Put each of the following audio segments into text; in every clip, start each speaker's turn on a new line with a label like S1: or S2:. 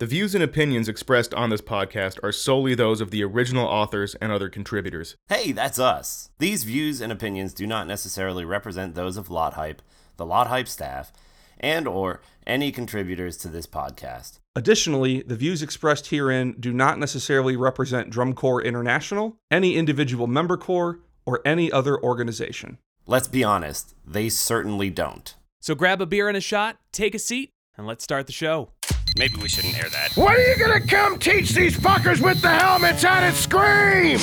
S1: The views and opinions expressed on this podcast are solely those of the original authors and other contributors.
S2: Hey, that's us. These views and opinions do not necessarily represent those of Lot Hype, the Lot Hype staff, and or any contributors to this podcast.
S3: Additionally, the views expressed herein do not necessarily represent Drum Corps International, any individual member corps, or any other organization.
S2: Let's be honest, they certainly don't.
S4: So grab a beer and a shot, take a seat, and let's start the show.
S2: Maybe we shouldn't air that.
S5: What are you gonna come teach these fuckers with the helmets on and scream?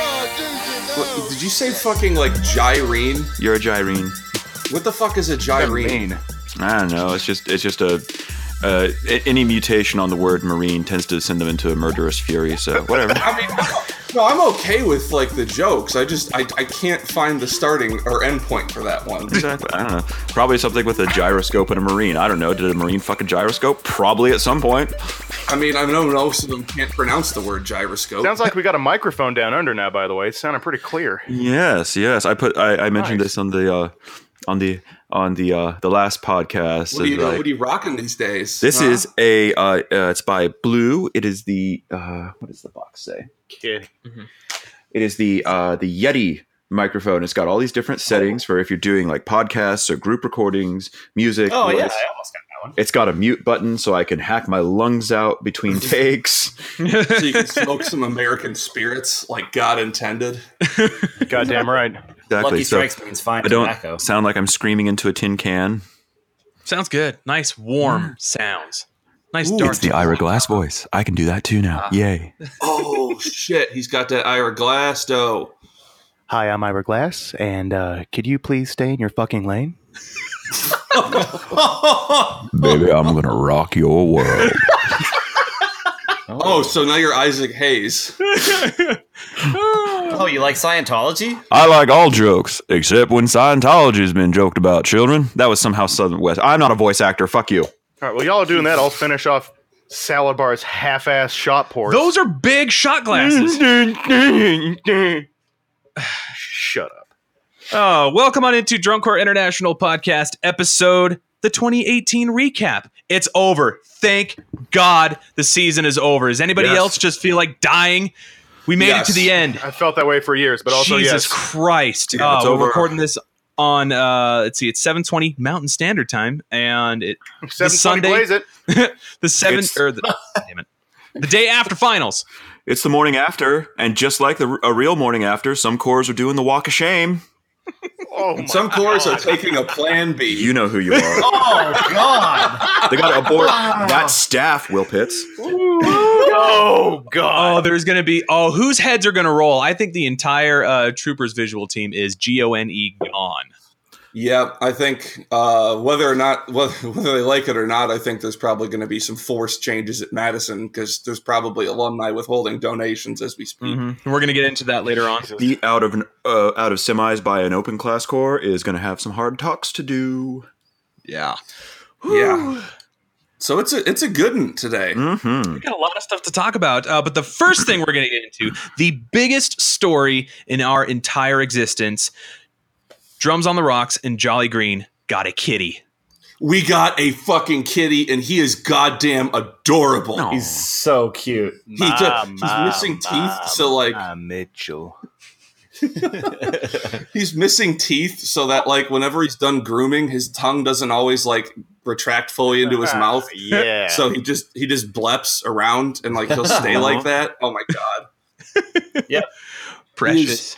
S6: What, did you say fucking like gyrene?
S7: You're a gyrene.
S6: What the fuck is a gyrene?
S7: I don't know. It's just it's just a uh, a- any mutation on the word marine tends to send them into a murderous fury. So whatever.
S6: I mean, no, I'm okay with like the jokes. I just I, I can't find the starting or end point for that one.
S7: exactly. I don't know. Probably something with a gyroscope and a marine. I don't know. Did a marine fuck a gyroscope? Probably at some point.
S6: I mean, I know most of them can't pronounce the word gyroscope.
S1: Sounds like we got a microphone down under now, by the way. It's sounding pretty clear.
S7: Yes, yes. I put I, I mentioned this on the uh, on the on the uh, the last podcast.
S6: what do you
S7: and,
S6: know?
S7: like,
S6: What are you rocking these days?
S7: this
S6: huh?
S7: is a uh, uh, it's by Blue. It is the uh, what does the box say?
S1: Kid.
S4: Mm-hmm.
S7: it is the uh, the Yeti microphone. It's got all these different settings for if you're doing like podcasts or group recordings, music.
S2: Oh, yeah,
S7: voice.
S2: I almost got that one.
S7: It's got a mute button so I can hack my lungs out between takes.
S6: so you can smoke some American spirits, like God intended.
S1: Goddamn right.
S7: Exactly.
S2: Lucky
S7: so
S2: Strikes means fine
S7: I don't
S2: tobacco.
S7: sound like I'm screaming into a tin can.
S4: Sounds good. Nice warm
S2: Mm.
S4: sounds. Nice dark. Ah.
S7: it's the Ira Glass voice. I can do that too now. Yay.
S6: Oh shit, he's got that Ira Glass though.
S8: Hi, I'm Ira Glass, and uh, could you please stay in your fucking lane?
S7: Baby, I'm going to rock your world.
S6: Oh, so now you're Isaac Hayes.
S2: Oh, you like Scientology?
S7: I like all jokes, except when Scientology has been joked about, children. That was somehow Southern West. I'm not a voice actor. Fuck you.
S1: All right, well, y'all are doing that. I'll finish off Salabar's half ass shot pour.
S4: Those are big shot glasses.
S1: Shut up.
S4: Oh, welcome on into Drunk Core International podcast episode, the 2018 recap. It's over. Thank God the season is over. Does anybody
S6: Yes.
S4: else just feel like dying? We made
S6: Yes.
S4: it to the end.
S1: I felt that way for years, but also,
S4: Jesus
S1: yes.
S4: Christ.
S6: Yeah,
S4: Uh,
S6: it's
S4: we're
S6: over.
S4: recording this on uh let's see, it's 720 Mountain Standard Time, and it
S1: Seven
S4: Sunday-
S1: plays it.
S4: the seven
S7: It's-
S4: or the damn it. The day after finals.
S7: It's the morning after, and just like the, a real morning after, some cores are doing the walk of shame.
S1: Oh, my
S6: Some cores are taking a plan B.
S7: You know who you are.
S2: Oh, God.
S7: they got to abort that staff, Will Pitts.
S1: Oh, God.
S4: Oh, there's gonna be oh, whose heads are gonna roll? I think the entire uh troopers visual team is G O N E gone.
S6: Yeah, I think uh, whether or not whether, whether they like it or not, I think there's probably going to be some forced changes at Madison because there's probably alumni withholding donations as we speak.
S4: And we're gonna get into that later on.
S7: Beat out of an, uh, out of semis by an open class core is going to have some hard talks to do.
S6: Yeah, yeah. So it's a it's a good one today.
S7: Mm-hmm.
S4: We got a lot of stuff to talk about, uh, but the first thing we're gonna get into the biggest story in our entire existence: drums on the rocks and Jolly Green got a kitty.
S6: We got a fucking kitty, and he is goddamn adorable.
S2: He's so cute.
S6: He just, he's missing teeth, so like
S8: Mitchell.
S6: he's missing teeth, so that like whenever he's done grooming, his tongue doesn't always like retract fully into his mouth.
S1: yeah.
S6: So he just he just bleps around and like he'll stay like that. Oh my god,
S4: Precious.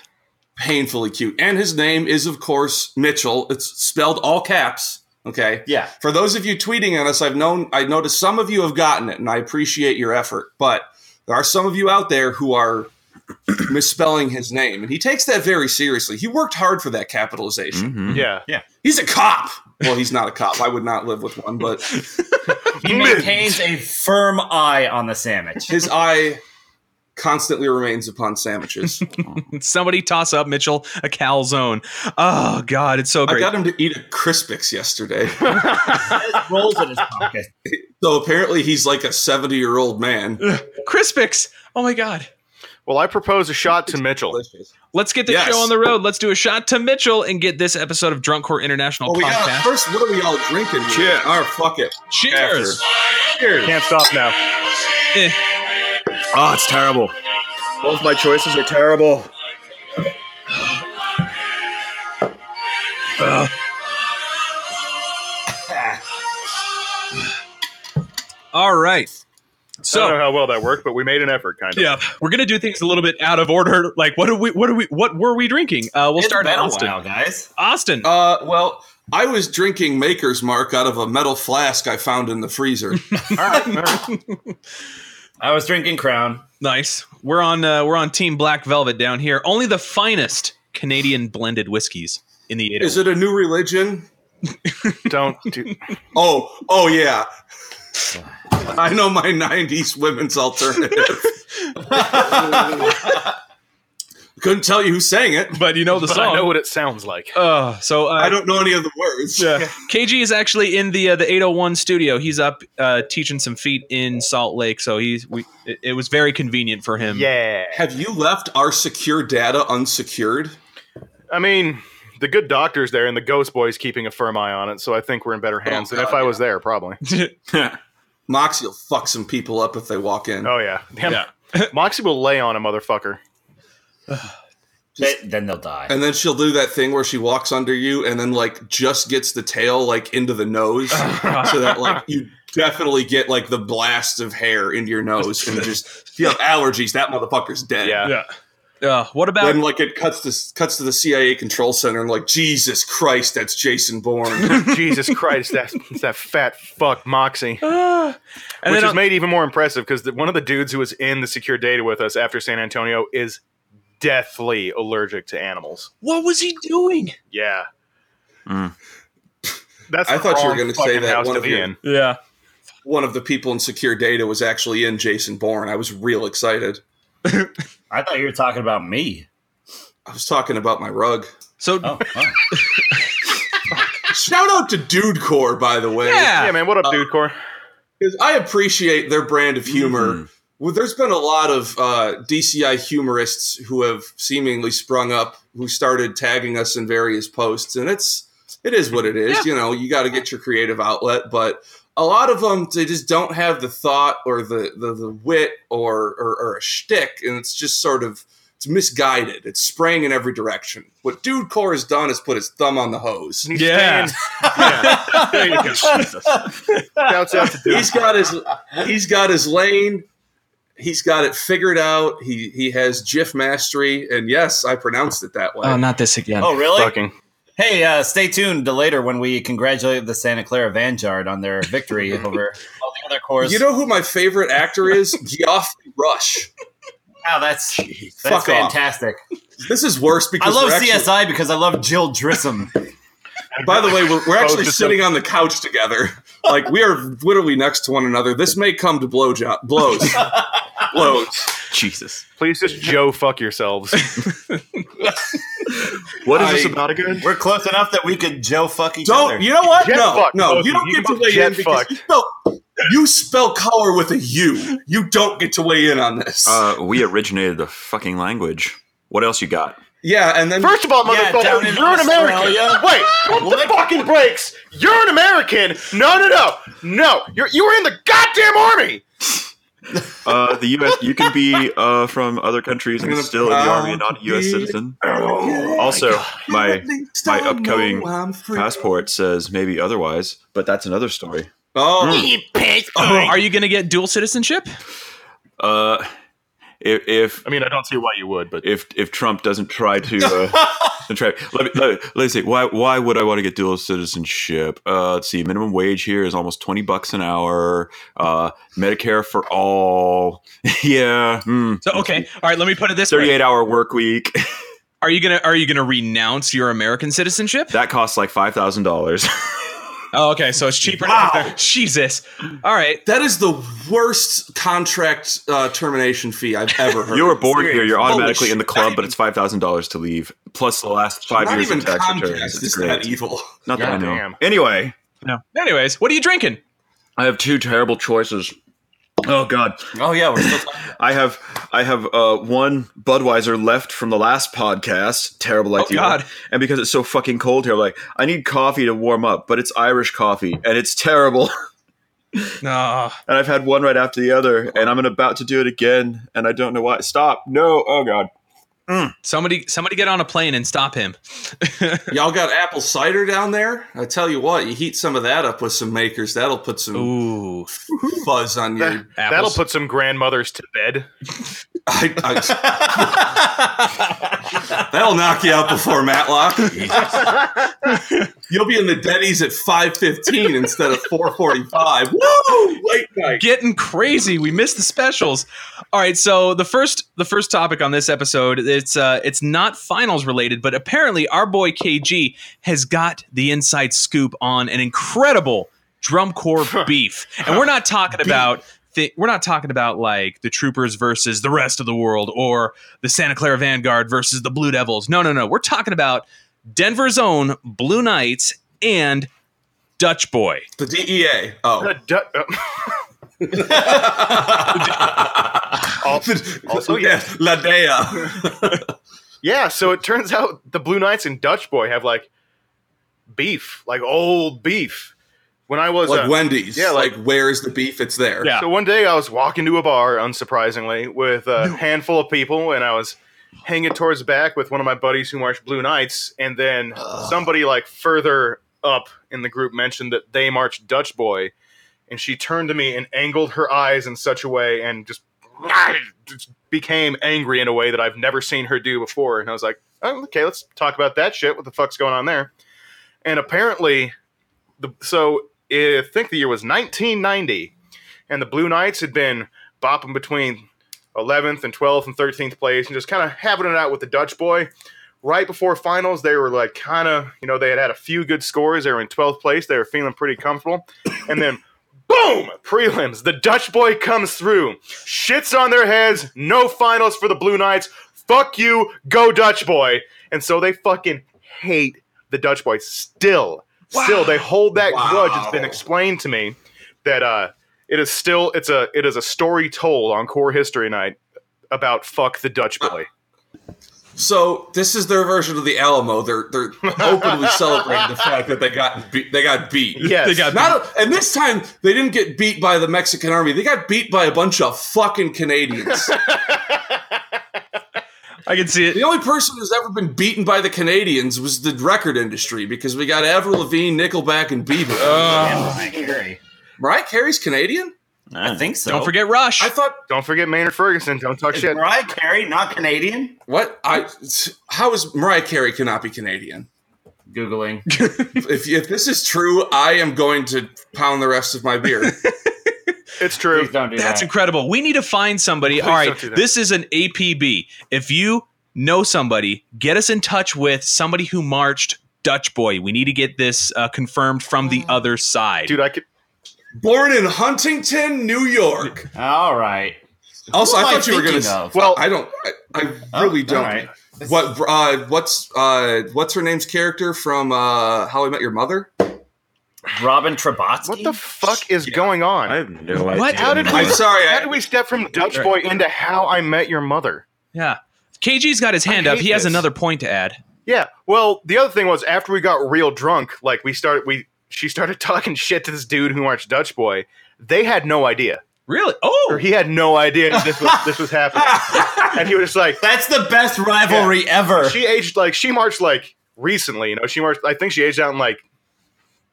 S6: painfully cute. And his name is of course Mitchell. It's spelled all caps. Okay.
S2: Yeah.
S6: For those of you tweeting at us, I've known I noticed some of you have gotten it, and I appreciate your effort. But there are some of you out there who are misspelling his name, and he takes that very seriously. He worked hard for that capitalization.
S7: Mm-hmm.
S1: yeah.
S6: He's a cop. Well, he's not a cop. I would not live with one, but
S2: He maintains a firm eye on the sandwich.
S6: his eye constantly remains upon sandwiches.
S4: Somebody toss up Mitchell a calzone. Oh God, it's so
S6: I
S4: great.
S6: got him to eat a Crispix yesterday.
S2: rolls in his pocket.
S6: so apparently he's like a 70 year old man.
S4: Crispix. Oh my God.
S1: Well, I propose a shot to Mitchell.
S6: Delicious.
S4: Let's get the
S6: Yes.
S4: show on the road. Let's do a shot to Mitchell and get this episode of Drunk Core International
S6: Oh, we got
S4: podcast.
S6: first. What are we all drinking? Here?
S1: Cheers.
S6: Oh, fuck it.
S4: Cheers.
S9: Can't stop now.
S4: Eh,
S7: Oh, it's terrible. Both my choices are terrible.
S4: All right.
S1: I don't
S4: So
S1: know how well that worked, but we made an effort, kind of.
S4: yeah, we're gonna do things a little bit out of order. Like what are we? What are we? What were we drinking? Uh, we'll
S2: It's
S4: start in
S2: been a
S4: Austin.
S2: while, guys.
S4: Austin.
S6: Uh, well, I was drinking Maker's Mark out of a metal flask I found in the freezer.
S2: I was drinking Crown.
S4: Nice. We're on uh, we're on Team Black Velvet down here. Only the finest Canadian blended whiskeys in the eight. oh
S6: Is it a new religion?
S1: Don't do,
S6: Oh, oh yeah. I know my '90s women's alternative. Couldn't tell you who sang it.
S4: But you know the
S1: but
S4: song.
S1: I know what it sounds like.
S4: Uh, so uh,
S6: I don't know any of the words.
S4: yeah. KG is actually in the uh, the 801 studio. He's up uh, teaching some feet in Salt Lake, so he's we. It, it was very convenient for him.
S1: Yeah.
S6: Have you left our secure data unsecured?
S1: I mean, the good doctor's there and the Ghost Boy's keeping a firm eye on it, so I think we're in better
S4: Oh,
S1: hands than
S6: God,
S1: if I was there, probably.
S6: Moxie will fuck some people up if they walk in.
S1: Oh, yeah. Damn. Moxie will lay on a motherfucker.
S2: Th- then they'll die.
S6: And then she'll do that thing where she walks under you and then like just gets the tail like into the nose so that like you definitely get like the blast of hair into your nose and just if you have allergies, that motherfucker's dead.
S1: Yeah.
S4: Uh, what about
S6: Then like it cuts to cuts to the CIA control center and like Jesus Christ, that's Jason Bourne.
S1: Jesus Christ, that, that fat fuck Moxie.
S4: uh, and
S1: Which
S4: then
S1: is
S4: on-
S1: made even more impressive because one of the dudes who was in the secure data with us after San Antonio is deathly allergic to animals.
S4: what was he doing?
S1: Yeah.
S7: Mm.
S1: That's
S6: I
S1: the
S6: thought you were
S1: wrong
S6: gonna say
S1: fucking
S6: that
S1: house
S6: one
S1: to
S6: of
S1: be
S6: your-
S1: in.
S4: Yeah.
S6: One of the people in secure data was actually in Jason Bourne. I was real excited.
S2: I thought you were talking about me.
S6: I was talking about my rug.
S4: So
S2: Oh, oh.
S6: Shout out to Dude Core, by the way.
S4: yeah.
S1: Yeah, man. What up, dude? Core.
S6: 'Cause I appreciate their brand of humor. Well, there's been a lot of uh, DCI humorists who have seemingly sprung up, who started tagging us in various posts, and it's it is what it is. You know, you got to get your creative outlet, but a lot of them they just don't have the thought or the the, the wit or, or or a shtick, and it's just sort of it's misguided. It's spraying in every direction. What Dude Core has done is put his thumb on the hose.
S1: He's
S4: Yeah.
S1: staying- yeah. There you go. Jesus. Shouts out to dude.
S6: he's got his he's got his lane. He's got it figured out. He he has GIF mastery, and yes, I pronounced it that way.
S4: Oh, not this again.
S2: Oh, really?
S1: Fucking.
S2: Hey, uh, stay tuned to later when we congratulate the Santa Clara Vanguard on their victory over all the other cores.
S6: you know who my favorite actor is? Geoffrey Rush.
S2: wow, that's that's
S6: Fuck off.
S2: fantastic.
S6: This is worse
S2: I
S6: because
S2: love
S6: we're actually-
S2: CSI because I love Jill Drissom.
S6: By the way, we're, we're actually
S1: just
S6: sitting on the couch together, like we are literally next to one another. This may come to blow job blows, blows.
S7: Jesus.
S1: Please just Joe fuck yourselves.
S7: What is
S6: I-
S7: this about again?
S2: We're close enough that we could Joe fuck each other.
S6: Don't you know what?
S1: Jet
S6: no,
S1: fucked,
S6: no,
S1: both
S6: you
S1: of
S6: don't
S1: you.
S6: get to
S1: You
S6: weigh
S1: jet
S6: in because
S1: fucked.
S6: you spell, you spell color with a U. You don't get to weigh in on this.
S7: Uh, we originated the fucking language. What else you got?
S6: yeah, and then
S1: First of all,
S2: Yeah,
S1: motherfucker,
S2: down in
S1: you're an American.
S2: Australia.
S1: Wait, pump the fucking brakes. You're an American. No, no, no, no. You're you were in the goddamn army.
S7: Uh, the U.S. You can be uh, from other countries and
S6: I'm
S7: still in the army,
S6: proud
S7: and not a U.S.
S6: to be-
S7: citizen. Also, my my upcoming passport says maybe otherwise, but that's another story.
S6: Oh,
S4: Are you going to get dual citizenship?
S7: Uh, if if
S1: I mean, I don't see why you would, but
S7: if, if Trump doesn't try to, uh, to try, let me let me, let me see. Why why would I want to get dual citizenship? Uh, let's see. Minimum wage here is almost twenty bucks an hour. Uh, Medicare for all. yeah. Hmm.
S4: So okay. All right. Let me put it this way:
S7: Thirty-eight hour work week.
S4: Are you gonna Are you gonna renounce your American citizenship?
S7: That costs like five thousand dollars.
S4: Oh, okay. So it's cheaper.
S6: Wow.
S4: Now. Jesus. All right.
S6: That is the worst contract uh, termination fee I've ever heard.
S7: You were born here. You're
S6: Holy
S7: automatically in the
S6: shit,
S7: club,
S6: not
S7: but it's five thousand dollars to leave, plus the last five
S6: Not
S7: years
S6: even
S7: of tax
S6: Comcast
S7: returns. It's
S6: is that
S7: great.
S6: evil.
S7: Not that I know.
S1: Goddamn.
S7: Anyway,
S4: No. Anyways, what are you drinking?
S7: I have two terrible choices. Oh God,
S6: Oh yeah, we're still talking.
S7: I have I have uh, one Budweiser left from the last podcast. Terrible
S6: Oh,
S7: idea.
S4: God.
S7: And because it's so fucking cold here, I'm like I need coffee to warm up, but it's Irish coffee and it's terrible.
S4: No.
S7: and I've had one right after the other, and I'm about to do it again, and I don't know why. Stop! No! Oh God!
S4: Somebody, somebody, get on a plane and stop him.
S6: Y'all got apple cider down there? I tell you what, you heat some of that up with some makers. That'll put some
S4: Ooh.
S6: fuzz on your.
S1: That'll
S4: Apples.
S1: put some grandmothers to bed.
S6: I, I, that'll knock you out before Matlock. You'll be in the Denny's at five fifteen instead of four forty five. Woo! Late night.
S4: getting crazy. We missed the specials. All right, so the first the first topic on this episode it's uh it's not finals related, but apparently our boy KG has got the inside scoop on an incredible drum corps beef, and we're not talking about. Th- we're not talking about like the Troopers versus the rest of the world or the Santa Clara Vanguard versus the Blue Devils. No, no, no. We're talking about Denver's own Blue Knights and Dutch Boy.
S6: The DEA. Oh,
S1: The du- uh, oh, also, yeah.
S6: La Dea.
S1: yeah, so it turns out the Blue Knights and Dutch Boy have like beef, like old beef. When I was
S6: like
S1: uh,
S6: Wendy's.
S1: Yeah,
S6: Yeah,
S1: like-
S6: like, where is the beef? It's there.
S4: Yeah.
S1: So one day I was walking to a bar, unsurprisingly, with a handful of people, and I was hanging towards the back with one of my buddies who marched Blue Knights, and then somebody like further up in the group mentioned that they marched Dutch Boy, and she turned to me and angled her eyes in such a way and just, just became angry in a way that I've never seen her do before, and I was like, oh, okay, let's talk about that shit. What the fuck's going on there? And apparently, the, so eh, I think the year was 1990 and the Blue Knights had been bopping between 11th and 12th and 13th place and just kind of having it out with the Dutch boy. Right before finals, they were like kind of, you know, they had had a few good scores. They were in 12th place. They were feeling pretty comfortable. And then, boom, prelims. The Dutch boy comes through, shits on their heads. No finals for the Blue Knights. Fuck you. Go, Dutch boy. And so they fucking hate the Dutch boy still. Still, they hold that grudge. It's been explained to me that uh, it is still it's a it is a story told on Core History Night about fuck the Dutch boy.
S6: So this is their version of the Alamo. They're they're openly celebrating the fact that they got beat. They got beat.
S1: Yes,
S4: They got
S6: Not a, and this time they didn't get beat by the Mexican army. They got beat by a bunch of fucking Canadians.
S4: I can see it.
S6: the only person who's ever been beaten by the Canadians was the record industry because we got Avril Lavigne, Nickelback, and Bieber. Mariah Carey's Canadian?
S2: I think so.
S4: Don't forget Rush.
S6: I thought
S1: don't forget Maynard Ferguson. Don't talk
S2: Is
S1: shit.
S2: Mariah Carey not Canadian?
S6: what I how is Mariah Carey cannot be Canadian?
S2: Googling.
S6: If, if this is true, I am going to pound the rest of my beer.
S1: It's
S2: Please
S1: true.
S2: don't do
S4: That's
S2: that.
S4: incredible. We need to find somebody.
S1: Please
S4: All
S1: don't
S4: right,
S1: do that.
S4: this is an APB. If you know somebody, get us in touch with somebody who marched Dutch Boy. We need to get this uh, confirmed from the other side.
S1: Dude, I could.
S6: Born in Huntington, New York.
S2: All right.
S6: Also,
S2: Who
S6: I
S2: am
S6: thought you were going
S2: thinking
S6: to.
S2: of?
S1: Well,
S6: I don't. I, I
S2: Oh,
S6: really
S2: all
S6: don't.
S2: right.
S6: What? Uh, what's uh, what's her name's character from uh, How I Met Your Mother?
S2: Robin Trabotsky.
S1: what the fuck is going on?
S7: I have no idea.
S4: What?
S1: how did we?
S6: I'm sorry,
S1: How
S6: I-
S1: did we step from Dutch boy into How I Met Your Mother?
S4: Yeah. KG's got his hand
S1: I
S4: up.
S1: hate
S4: He has
S1: this.
S4: another point to add.
S1: Yeah. Well, the other thing was after we got real drunk, like we started we she started talking shit to this dude who marched Dutch boy. They had no idea,
S4: Really?
S1: or
S4: Oh,
S1: he had no idea this was this was happening, and he was just like,
S2: That's the best rivalry ever.
S1: she aged like she marched like recently, you know. She marched. I think she aged out in like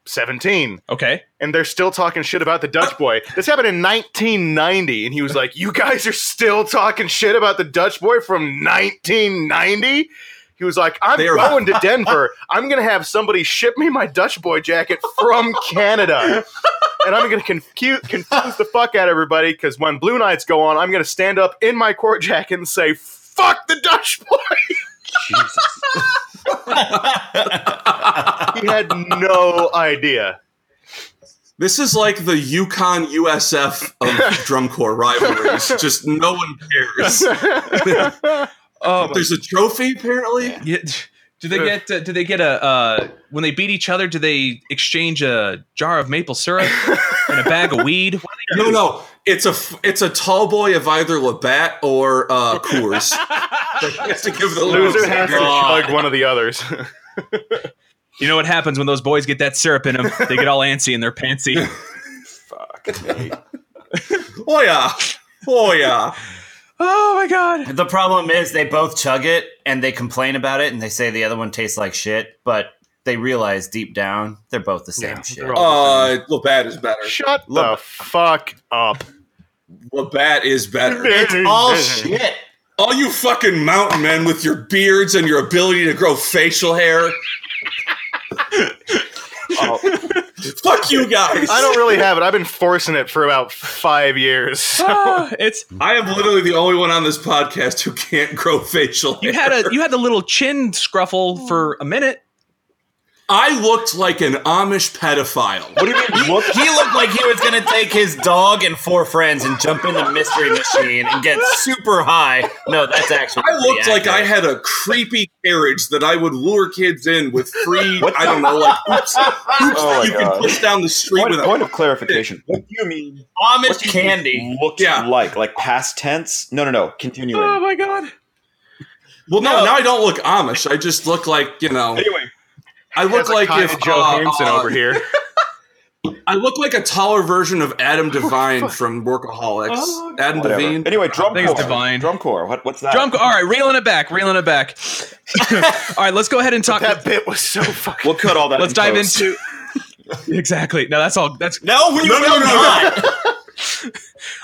S1: seventeen,
S4: okay.
S1: and they're still talking shit about the Dutch boy. This happened in 1990, and he was like, "You guys are still talking shit about the Dutch boy from 1990." He was like, "I'm
S6: They are-
S1: going to Denver. I'm gonna have somebody ship me my Dutch boy jacket from Canada." And I'm gonna confuse, confuse the fuck out of everybody because when Blue Knights go on, I'm gonna stand up in my court jacket and say, "Fuck the Dutch boy."
S2: Jesus.
S1: he had no idea.
S6: This is like the Yukon USF of drum corps rivalries. Just no one cares.
S4: Oh,
S6: There's a trophy apparently.
S4: yeah. Do they get? Uh, do they get a? Uh, when they beat each other, do they exchange a jar of maple syrup and a bag of weed? What do
S6: No, no, it's a f- it's a tall boy of either Labatt or uh, Coors. They have to give the Oh,
S1: Loser
S6: losers-
S1: has to
S6: God.
S1: chug one of the others.
S4: they- You know what happens when those boys get that syrup in them? They get all antsy and they're pantsy.
S6: Oh yeah, oh yeah.
S4: oh my god!
S2: The problem is they both chug it and they complain about it and they say the other one tastes like shit, but they realize deep down they're both the same
S1: Yeah,
S2: shit.
S1: they're all-
S6: Uh, Labatt is better.
S1: Shut the
S2: Look.
S1: fuck up.
S6: Labatt is better.
S2: it's all shit.
S6: All you fucking mountain men with your beards and your ability to grow facial hair.
S7: Oh.
S6: Fuck you guys.
S1: I don't really have it. I've been forcing it for about five years.
S4: Ah, it's
S6: I am literally the only one on this podcast who can't grow facial hair.
S4: you had a you had the little chin scruffle for a minute.
S6: I looked like an Amish pedophile.
S7: What do you mean? Look,
S2: He looked like he was gonna take his dog and four friends and jump in the mystery machine and get super high. No, that's actually.
S6: I looked
S2: pretty
S6: like I
S2: accurate.
S6: had a creepy carriage that I would lure kids in with free, I don't know, like hoops, hoops
S7: Oh my
S6: that you
S7: God.
S6: can push down the street
S7: point,
S6: with.
S7: point of clarification. What do you mean?
S2: Amish candy.
S7: Looked
S6: Yeah.
S7: like like past tense? No, no, no. Continuing.
S4: my god!
S6: well, no, now I don't look Amish. I just look like you know.
S7: Anyway.
S6: I look
S1: That's
S6: like
S1: Kyle
S6: if
S1: Johansen
S6: uh, uh,
S1: over here.
S6: I look like a taller version of Adam Devine from Workaholics. Adam
S7: Oh, Whatever.
S6: Devine.
S7: Anyway, drum
S4: think it's
S7: corps.
S4: divine.
S7: Drum corps. What, what's that?
S4: Drum. All right, reeling it back, reeling it back. all right, let's go ahead and talk.
S1: that bit was so fucking.
S7: We'll cut all that.
S4: Let's
S7: in
S4: dive
S7: post.
S4: into. Exactly. No, that's all. That's
S2: No, we
S6: No, no,
S2: will
S6: no, no.
S2: not.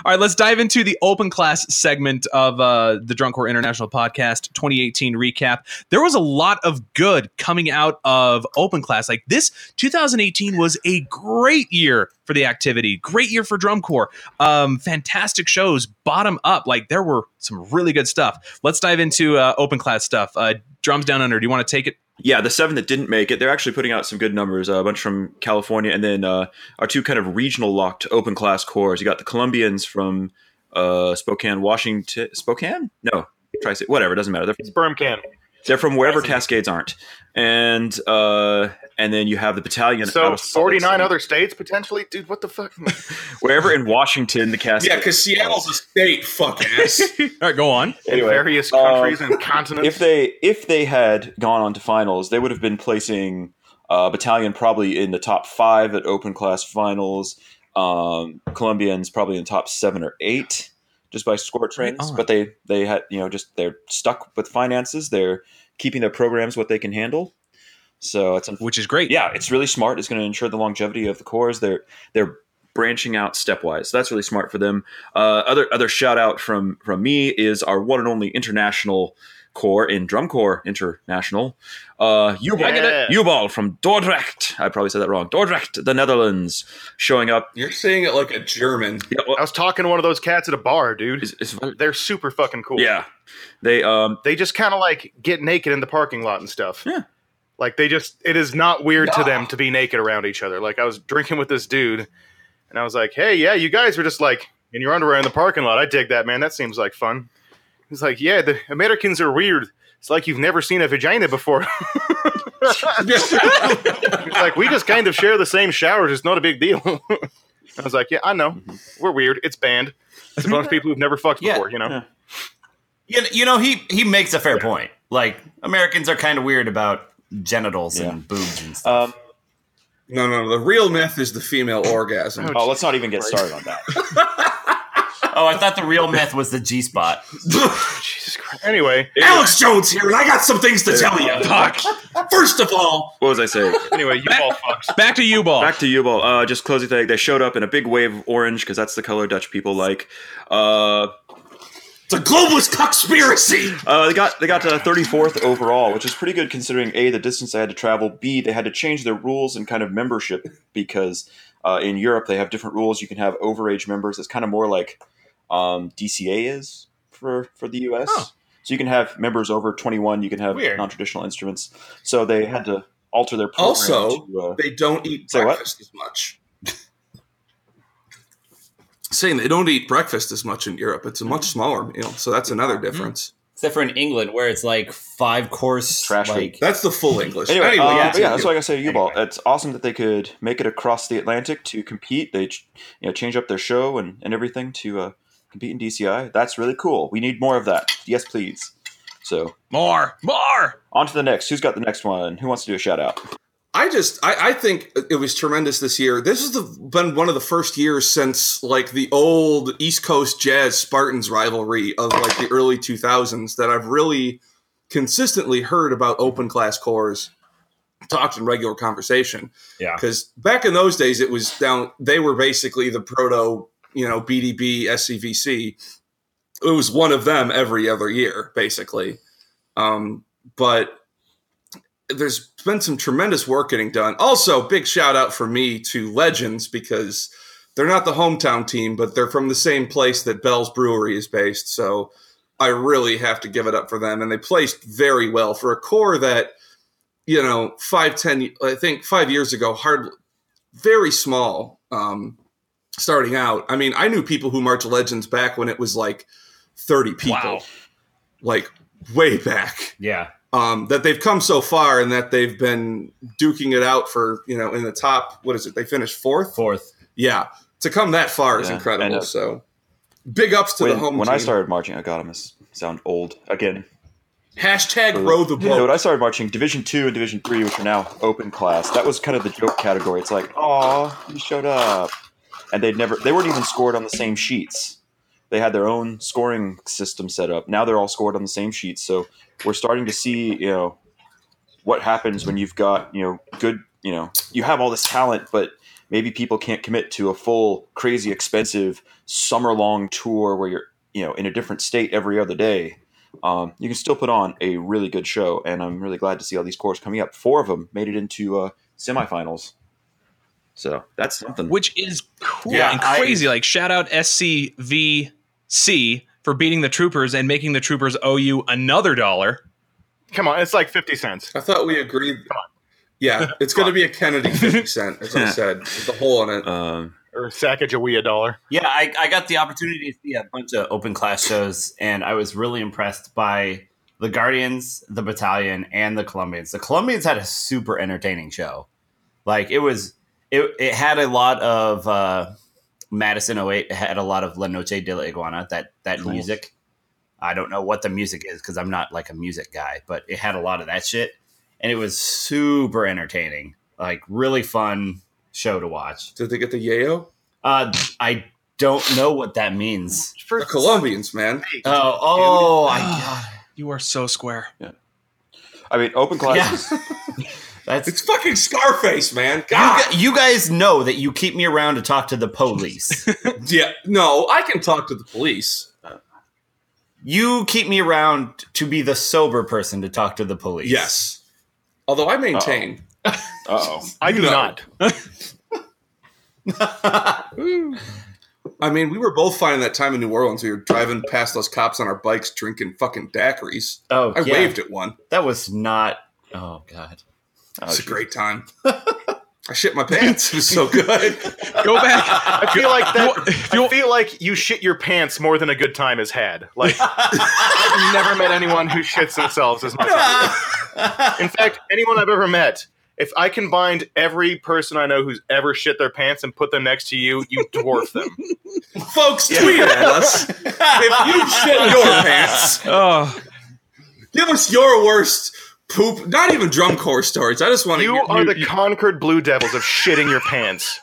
S4: All right, let's dive into the open class segment of uh, the Drunk Core International Podcast 2018 recap. There was a lot of good coming out of open class. Like this, 2018 was a great year for the activity, great year for drum corps. Um, fantastic shows, bottom up. Like there were some really good stuff. Let's dive into uh, open class stuff. Uh, Drums Down Under, do you want to take it?
S7: yeah, the seven that didn't make it, they're actually putting out some good numbers. Uh, a bunch from California, and then uh, our two kind of regional locked open class cores. You got the Colombians from uh, Spokane, Washington. Spokane? No, Tri State. Whatever, doesn't matter. They're from,
S1: Sperm can.
S7: they're from wherever Cascades aren't, and uh, and then you have the battalion. out
S1: So
S7: of Salt Lake
S1: 49
S7: City.
S1: other states potentially? Dude, what the fuck?
S7: wherever in Washington the
S6: Yeah,
S7: Cascades.
S6: because Seattle's a state, fuck ass.
S4: All right, go on.
S7: Anyway,
S1: Various
S7: uh,
S1: countries and continents.
S7: if they if they had gone on to finals, they would have been placing uh, battalion probably in the top five at open class finals. Um, Colombians probably in the top seven or eight just by score trends.
S4: on.
S7: But they they had you know just they're stuck with finances. They're keeping their programs what they can handle. So it's
S4: Which is great.
S7: yeah, it's really smart. It's going to ensure the longevity of the cores. They're they're branching out stepwise. So that's really smart for them. Uh, other other shout out from from me is our one and only international core in drum corps international. Uh,
S1: Yeah.
S7: Jubal, Jubal from Dordrecht. I probably said that wrong. Dordrecht, the Netherlands, showing up.
S6: You're saying it like a German.
S7: Yeah, well,
S1: I was talking to one of those cats at a bar, dude.
S7: it's- it's-
S1: They're super fucking cool.
S7: yeah, they um
S1: They just kind of like get naked in the parking lot and stuff.
S7: Yeah.
S1: Like they just, it is not weird to them to be naked around each other. Like I was drinking with this dude and I was like, hey, yeah, you guys were just like in your underwear in the parking lot. I dig that, man. That seems like fun. He's like, yeah, the Americans are weird. It's like you've never seen a vagina before. like we just kind of share the same showers. It's not a big deal. I was like, yeah, I know. We're weird. It's banned. It's a bunch of people who've never fucked
S2: Yeah.
S1: before, you know.
S2: You know, you know he he makes a fair point. Like Americans are kind of weird about genitals and boobs and stuff.
S7: um.
S6: No, no, no. The real myth is the female orgasm.
S7: Oh, let's not even get started on that.
S2: oh, I thought the real myth was the G spot.
S1: Jesus Christ. Anyway,
S6: Alex Jones here, and I got some things to tell you.
S4: Fuck.
S6: First of all,
S7: What was I saying?
S1: anyway, you all fucks.
S4: Back to you, Ball.
S7: Back to Jubal. Uh, just closing thing. They showed up in a big wave of orange because that's the color Dutch people like. Uh,
S6: it's a globalist conspiracy.
S7: uh, they got they got uh, 34th overall, which is pretty good considering a the distance they had to travel. B they had to change their rules and kind of membership because uh, in Europe they have different rules. You can have overage members. It's kind of more like um, DCA is for for the US.
S4: Oh.
S7: So you can have members over 21. You can have
S2: Weird.
S7: non traditional instruments. So they had to alter their program
S6: Also,
S7: to, uh,
S6: They don't eat
S7: Say what?
S6: breakfast as much. saying they don't eat breakfast as much in Europe. It's a much smaller meal, so that's another
S7: Mm-hmm.
S6: difference.
S2: Except for in England, where it's like five course
S7: Trash food.
S2: like
S6: That's the full English.
S7: Anyway,
S6: Anyway,
S7: uh, yeah,
S6: continue.
S7: that's what I say to you, Ball. It's awesome that they could make it across the Atlantic to compete. They, ch- you know, change up their show and, and everything to uh, compete in DCI. That's really cool. We need more of that. Yes, please. So
S10: More, more.
S7: on to the next. Who's got the next one? Who wants to do a shout out?
S6: I just I, I think it was tremendous this year. This has the, been one of the first years since like the old East Coast Jazz Spartans rivalry of like the early 2000s that I've really consistently heard about open class cores talked in regular conversation.
S2: Yeah.
S6: Because back in those days, it was down. They were basically the proto, you know, BDB SCVC. It was one of them every other year, basically. Um, but there's been some tremendous work getting done. Also, big shout out for me to Legends because they're not the hometown team, but they're from the same place that Bell's Brewery is based. So I really have to give it up for them. And they placed very well for a core that, you know, five, ten, I think five years ago, hard, very small um, starting out. I mean, I knew people who marched Legends back when it was like 30 people,
S10: Wow.
S6: like way back
S2: yeah.
S6: um, that they've come so far and that they've been duking it out for you know in the top what is it they finished fourth
S2: Fourth.
S6: yeah to come that far is
S7: Yeah,
S6: incredible
S7: and, uh,
S6: so big ups to the
S7: when
S6: home
S7: when
S6: team.
S7: I started marching, I got him sound old again.
S6: hashtag row the
S7: You know,
S6: boat
S7: when I started marching, Division Two and Division Three, which are now open class, that was kind of the joke category. It's like, oh, you showed up, and they never, they weren't even scored on the same sheets. They had their own scoring system set up. Now they're all scored on the same sheets. So we're starting to see, you know, what happens when you've got, you know, good, you know, you have all this talent, but maybe people can't commit to a full, crazy, expensive summer long tour where you're, you know, in a different state every other day um, you can still put on a really good show, and I'm really glad to see all these cores coming up. Four of them made it into uh, semifinals, so that's something.
S10: which is cool
S6: Yeah,
S10: and
S2: I-
S10: crazy. like shout out SCVC for beating the troopers and making the troopers owe you another dollar.
S1: Come on, it's like fifty cents.
S6: i thought we agreed yeah it's going to be a kennedy 50 cent as i said with the hole in it
S7: Um,
S1: Or Sacagawea dollar.
S2: Yeah, I, I got the opportunity to see a bunch of open class shows, and I was really impressed by the Guardians, the Battalion, and the Colombians. The Colombians had a super entertaining show. Like it was, it it had a lot of uh, Madison 08. It had a lot of La Noche de la Iguana. That that music. I don't know what the music is because I'm not like a music guy, but it had a lot of that shit, and it was super entertaining. Like really fun show to watch.
S6: did they get the yayo
S2: Uh, I don't know what that means.
S6: the colombians man
S2: Oh, oh, I got it.
S10: You are so square.
S7: I mean, open
S10: Ah.
S7: class. is-
S2: Yeah. That's
S6: it's fucking scarface man
S2: you,
S6: god
S2: gu- you guys know that you keep me around to talk to the police.
S6: yeah no i can talk to the police
S2: you keep me around to be the sober person to talk to the police.
S6: yes although i maintain
S7: Uh-oh.
S1: I do
S6: No.
S1: not.
S6: I mean, we were both finding that time in New Orleans. We were driving past those cops on our bikes, drinking fucking daiquiris.
S2: Oh,
S6: I
S2: yeah.
S6: waved at one.
S2: That was not. Oh God.
S6: It's a great time. I shit my pants. It was so good.
S10: Go back.
S1: I feel like
S10: Well, if
S1: that.
S10: you-
S1: I feel like you shit your pants more than a good time has had. Like I've never met anyone who shits themselves as much. as I did. In fact, anyone I've ever met, if I combined every person I know who's ever shit their pants and put them next to you, you dwarf them.
S6: Folks, tweet at us if you shit your pants.
S10: Oh,
S6: Give us your worst poop. Not even drum corps stories. I just want to.
S1: You
S6: hear-
S1: are the Concord Blue Devils of shitting your pants.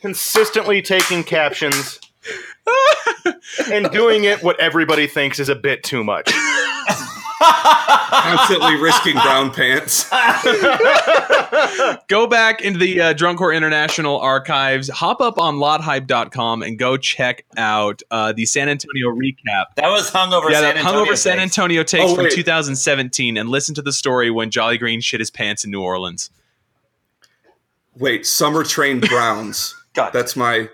S1: Consistently taking captions and doing it what everybody thinks is a bit too much.
S6: constantly risking brown pants.
S10: go back into the uh, Drunk Whore International archives. Hop up on lothype.com and go check out uh, the San Antonio recap.
S2: That was hungover.
S10: yeah,
S2: San
S10: that hungover San
S2: takes.
S10: Antonio takes
S6: Oh,
S10: from
S6: wait.
S10: 2017, and listen to the story when Jolly Green shit his pants in New Orleans.
S6: Wait, summer train Browns.
S7: God.
S6: That's my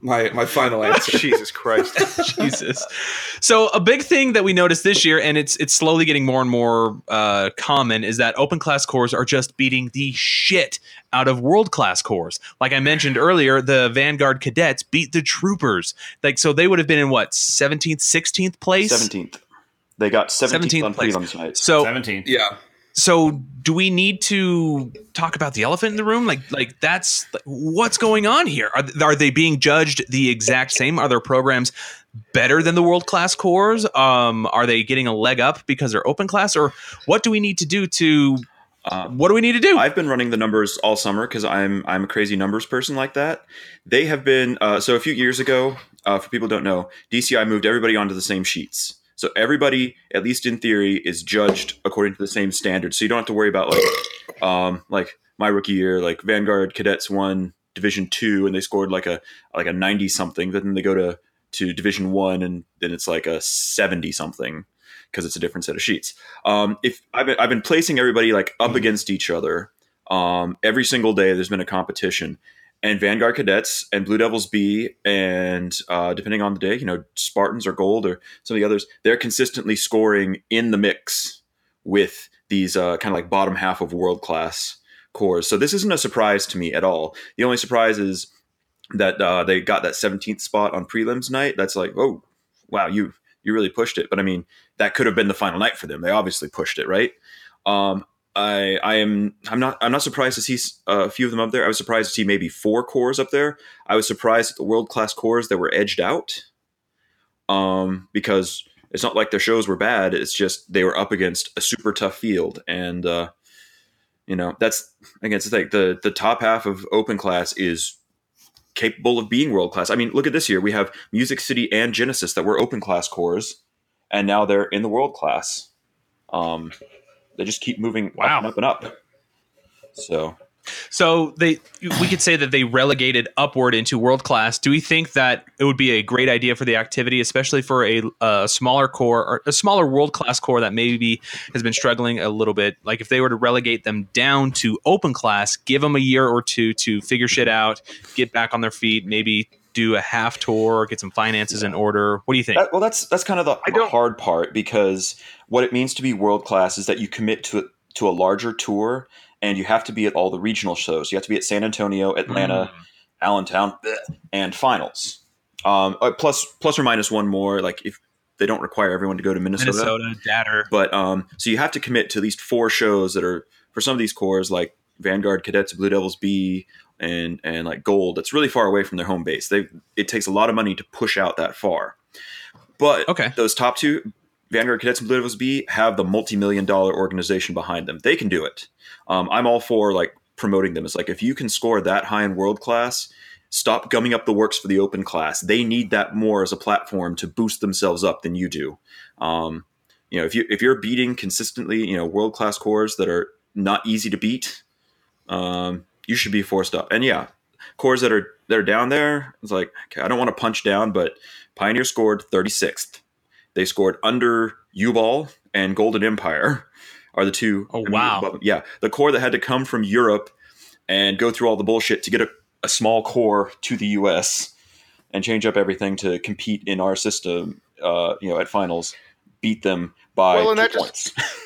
S6: my my final answer.
S1: Jesus Christ.
S10: Jesus. So a big thing that we noticed this year, and it's it's slowly getting more and more uh, common, is that open class cores are just beating the shit out of world class cores. Like I mentioned earlier, the Vanguard cadets beat the troopers. Like so, they would have been in what seventeenth, sixteenth place.
S7: Seventeenth. They got seventeenth
S10: 17th
S7: on
S10: place.
S7: prelims night.
S10: So
S2: 17.
S6: yeah,
S10: so do we need to talk about the elephant in the room? Like like that's what's going on here. Are th- are they being judged the exact same? Are their programs better than the world class cores? Um, are they getting a leg up because they're open class, or what do we need to do to uh,
S7: Um,
S10: what do we need to do?
S7: I've been running the numbers all summer because I'm I'm a crazy numbers person like that. They have been uh, so a few years ago. Uh, for people who don't know, DCI moved everybody onto the same sheets, so everybody, at least in theory, is judged according to the same standards. So you don't have to worry about like um, like my rookie year, like Vanguard cadets won Division two and they scored like a like a ninety something. But then they go to to Division one and then it's like a seventy something because it's a different set of sheets. Um, if I've been, I've been placing everybody like up against each other um, every single day. There's been a competition, and Vanguard cadets and Blue Devils B and uh, depending on the day, you know Spartans or Gold or some of the others, they're consistently scoring in the mix with these uh, kind of like bottom half of world class cores. So this isn't a surprise to me at all. The only surprise is that uh, they got that 17th spot on prelims night. That's like, oh wow, you you really pushed it. But I mean, that could have been the final night for them. They obviously pushed it, right? Um, I, I am I'm not I'm not surprised to see s- a few of them up there. I was surprised to see maybe four cores up there. I was surprised at the world class cores that were edged out, um, because it's not like their shows were bad. It's just they were up against a super tough field, and uh, you know that's again it's like the the top half of open class is capable of being world class. I mean, look at this year. We have Music City and Genesis that were open class cores and now they're in the world class. Um, they just keep moving
S10: Wow.
S7: up and up and up. So
S10: So they we could say that they relegated upward into world class. Do we think that it would be a great idea for the activity, especially for a, a smaller core or a smaller world class core that maybe has been struggling a little bit? Like if they were to relegate them down to open class, give them a year or two to figure shit out, get back on their feet, maybe do a half tour, get some finances in order. What do you think?
S7: that, well, that's that's kind of the hard part because what it means to be world class is that you commit to to a larger tour and you have to be at all the regional shows. You have to be at San Antonio, Atlanta, Allentown, bleh, and finals. Um, uh, plus plus or minus one more. Like if they don't require everyone to go to
S10: Minnesota, Datter.
S7: But um, so you have to commit to at least four shows that are for some of these cores like Vanguard Cadets, Blue Devils B, and and like Gold. That's really far away from their home base. They it takes a lot of money to push out that far. But
S10: Okay.
S7: those top two, Vanguard Cadets and Blue Devils B, have the multi-million dollar organization behind them. They can do it. Um, I'm all for like promoting them. It's like if you can score that high in world class. Stop gumming up the works for the open class. They need that more as a platform to boost themselves up than you do. Um, you know if you if you're beating consistently you know world class cores that are not easy to beat um, you should be forced up and yeah cores that are that are down there it's like okay, i don't want to punch down but pioneer scored 36th they scored under u-ball and golden empire are the two
S10: Oh,
S7: immediate
S10: wow.
S7: above- yeah the core that had to come from europe and go through all the bullshit to get a, a small core to the us and change up everything to compete in our system uh, you know at finals beat them by
S1: Well, and
S7: two
S1: that just-
S7: points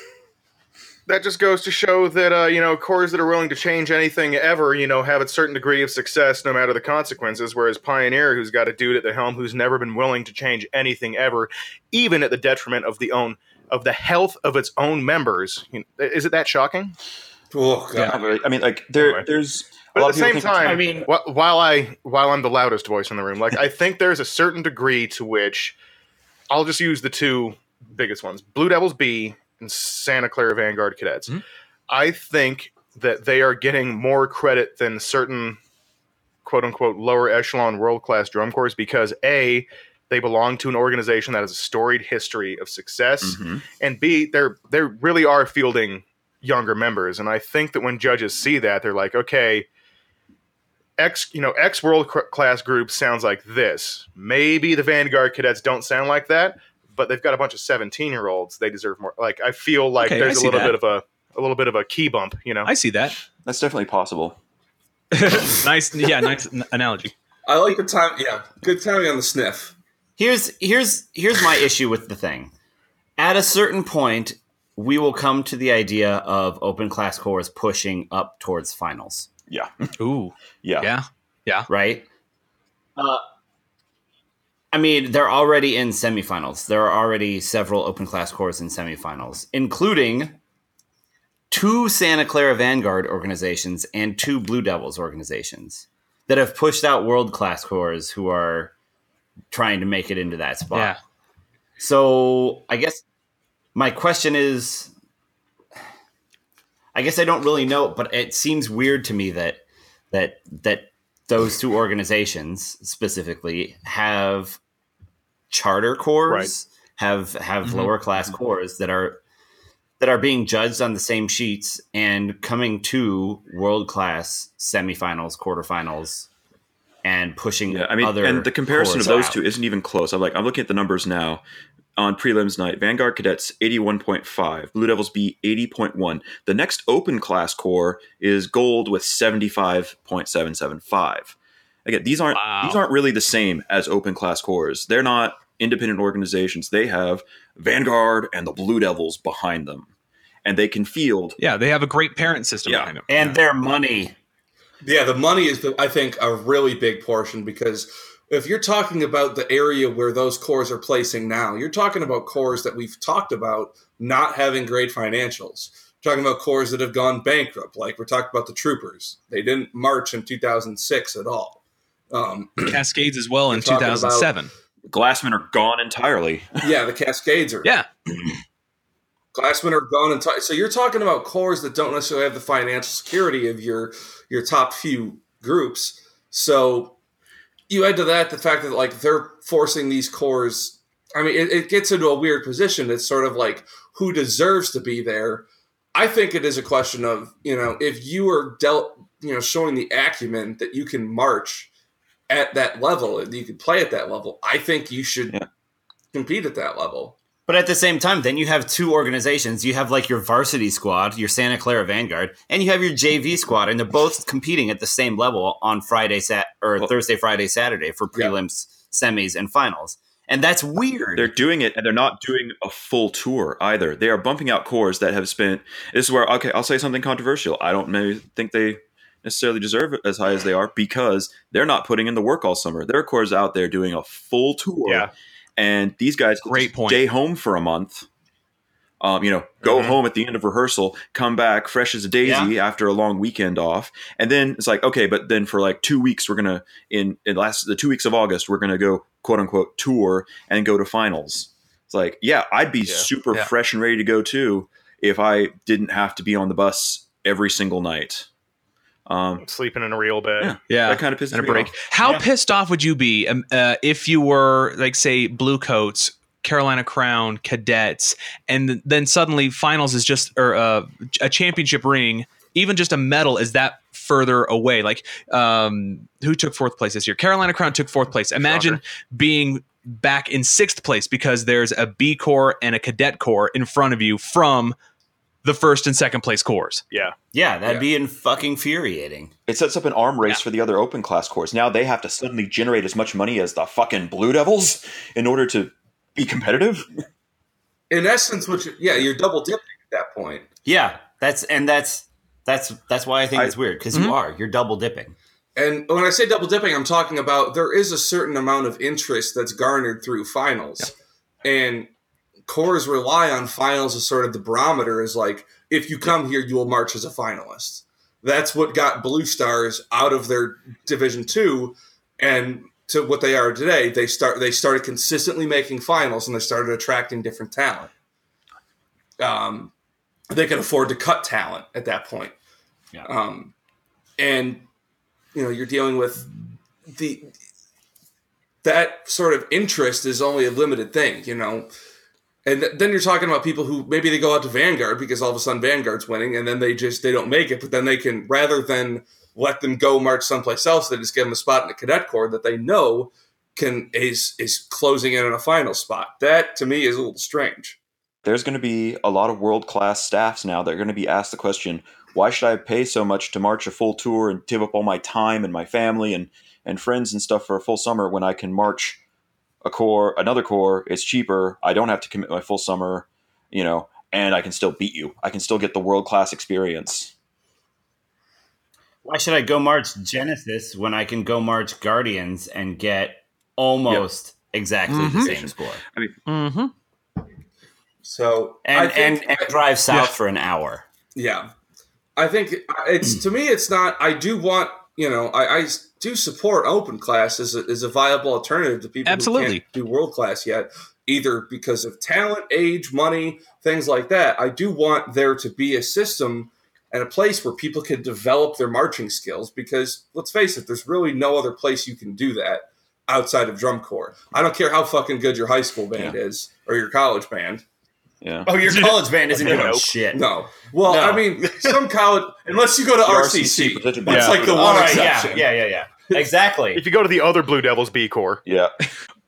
S1: that just goes to show that uh, you know cores that are willing to change anything ever you know have a certain degree of success no matter the consequences whereas pioneer who's got a dude at the helm who's never been willing to change anything ever even at the detriment of the own of the health of its own members You know, is it that shocking
S6: oh god,
S7: Not really. I mean, like there,
S1: Right.
S7: there's. a
S1: but
S7: lot
S1: at
S7: of
S1: the same
S7: people think-
S1: time
S2: I mean,
S1: wh- while i while i'm the loudest voice in the room like i think there's a certain degree to which i'll just use the two biggest ones blue devils b and santa clara vanguard cadets i think that they are getting more credit than certain quote unquote lower echelon world class drum corps because a they belong to an organization that has a storied history of success
S10: Mm-hmm.
S7: Mhm.
S1: and b they're they really are fielding younger members and i think that when judges see that they're like okay X, you know, X world cr- class group sounds like this. Maybe the Vanguard cadets don't sound like that, but they've got a bunch of 17 year olds. They deserve more. Like, I feel like
S10: Okay, I
S1: there's a
S10: see
S1: little
S10: that.
S1: bit of a, a little bit of a key bump, you know?
S10: I see that.
S7: That's definitely possible.
S10: nice, yeah, nice analogy.
S6: I like the time. Yeah, good timing on the sniff.
S2: Here's here's here's my issue with the thing. At a certain point, we will come to the idea of open class cores pushing up towards finals,
S7: Yeah.
S10: Ooh,
S7: Yeah.
S10: yeah.
S2: right? Uh, I mean, they're already in semifinals. There are already several open class cores in semifinals, including two Santa Clara Vanguard organizations and two Blue Devils organizations that have pushed out world class cores who are trying to make it into that spot.
S10: Yeah.
S2: So I guess my question is I guess I don't really know, but it seems weird to me that that that those two organizations specifically have charter cores, have have
S7: Mm-hmm.
S2: lower class cores that are that are being judged on the same sheets and coming to world class semifinals, quarterfinals, and pushing.
S7: Yeah, I mean,
S2: other
S7: and the comparison of
S2: cores
S7: those
S2: out.
S7: two isn't even close. I'm like, I'm looking at the numbers now. On prelims night, Vanguard Cadets 81.5, Blue Devils B 80.1. The next open class core is Gold with 75.775. Again, these aren't
S10: Wow.
S7: these aren't really the same as open class cores. They're not independent organizations. They have Vanguard and the Blue Devils behind them, and they can field.
S10: Yeah, they have a great parent system
S7: Yeah.
S10: behind them.
S2: and their money.
S6: Yeah, the money is, the, I think, a really big portion because if you're talking about the area where those cores are placing now, you're talking about cores that we've talked about not having great financials. We're talking about cores that have gone bankrupt, like we're talking about the Troopers. They didn't march in 2006 at all. Um,
S10: Cascades as well in
S6: You're talking about-
S10: 2007.
S7: Glassmen are gone entirely.
S6: yeah, the Cascades are
S10: Yeah,
S6: Glassman are gone, and so you're talking about cores that don't necessarily have the financial security of your your top few groups. So you add to that the fact that like they're forcing these cores. I mean, it, it gets into a weird position. It's sort of like who deserves to be there. I think it is a question of you know if you are dealt you know showing the acumen that you can march at that level and you can play at that level. I think you should
S7: Yeah.
S6: compete at that level.
S2: But at the same time, then you have two organizations. You have like your varsity squad, your Santa Clara Vanguard, and you have your JV squad, and they're both competing at the same level on Friday, sat or
S7: Well-
S2: Thursday, Friday, Saturday for
S6: Yeah.
S2: prelims, semis, and finals. And that's weird.
S7: They're doing it, and they're not doing a full tour either. They are bumping out cores that have spent. This is where okay, I'll say something controversial. I don't maybe think they necessarily deserve it as high as they are because they're not putting in the work all summer. There are cores out there doing a full tour,
S1: Yeah.
S7: and these guys can
S10: Great
S7: just
S10: point. Mm-hmm.
S7: stay home for a month. Um, you know, go
S1: Mhm.
S7: home at the end of rehearsal, come back fresh as a daisy after a long weekend off, and then it's like okay, but then for like two weeks we're gonna in, in last the two weeks of August we're gonna go quote unquote tour and go to finals. It's like, yeah, I'd be super
S10: Yeah.
S7: fresh and ready to go too if I didn't have to be on the bus every single night. Um,
S1: Sleeping in a real bed.
S7: Yeah.
S10: yeah.
S7: that kind of pisses
S10: and a
S7: me
S10: break.
S7: off.
S10: How
S2: Yeah.
S10: pissed off would you be um, uh, if you were, like, say, Blue Coats, Carolina Crown, Cadets, and th- then suddenly finals is just or uh, a championship ring, even just a medal is that further away? Like, um, who took fourth place this year? Carolina Crown took fourth place. Imagine being back in sixth place because there's a B Corps and a Cadet Corps in front of you from the first and second place cores.
S2: yeah, that'd
S6: Yeah.
S2: be in fucking infuriating.
S7: It sets up an arm race for the other open class cores. Now they have to suddenly generate as much money as the fucking Blue Devils in order to be competitive.
S6: in essence, which yeah, you're double dipping at that point.
S2: Yeah, that's and that's that's that's why I think
S7: I- Mm-hmm.
S2: it's weird because you are you're double dipping.
S6: And when I say double dipping, I'm talking about there is a certain amount of interest that's garnered through finals, and cores rely on finals as sort of the barometer. Is like if you come here, you will march as a finalist. That's what got Blue Stars out of their Division Two, and to what they are today. They start they started consistently making finals, and they started attracting different talent. Um, they could afford to cut talent at that point.
S2: Yeah.
S6: Um, and you know you're dealing with the that sort of interest is only a limited thing you know and th- then you're talking about people who maybe they go out to vanguard because all of a sudden vanguard's winning and then they just they don't make it but then they can rather than let them go march someplace else they just give them a spot in the cadet corps that they know can is is closing in on a final spot that to me is a little strange
S7: there's going to be a lot of world class staffs now that are going to be asked the question why should I pay so much to march a full tour and give up all my time and my family and and friends and stuff for a full summer when I can march a core another core? It's cheaper. I don't have to commit my full summer, you know, and I can still beat you. I can still get the world class experience.
S2: Why should I go March Genesis when I can go March Guardians and get almost exactly
S10: Mhm.
S2: the same score
S10: Mm-hmm.
S6: So I
S2: and
S6: think-
S2: and, and drive south for an hour?
S6: Yeah, I think it's to me. It's not. I do want you know. I, I do support open class as a, as a viable alternative to people who
S10: Absolutely.
S6: can't do world class yet, either because of talent, age, money, things like that. I do want there to be a system and a place where people can develop their marching skills because let's face it, there's really no other place you can do that outside of drum corps. I don't care how fucking good your high school band is or your college band.
S7: Yeah.
S2: Oh, your college band isn't doing
S1: Nope.
S2: shit.
S6: No. Well,
S2: No.
S6: I mean, some college, unless you go to
S7: The
S6: RCC,
S7: RCC,
S6: that's
S1: Yeah.
S6: like the
S2: All
S6: one
S2: right, yeah,
S6: exception.
S2: yeah, yeah, yeah. Exactly.
S1: If you go to the other Blue Devils B Corps,
S7: Yeah.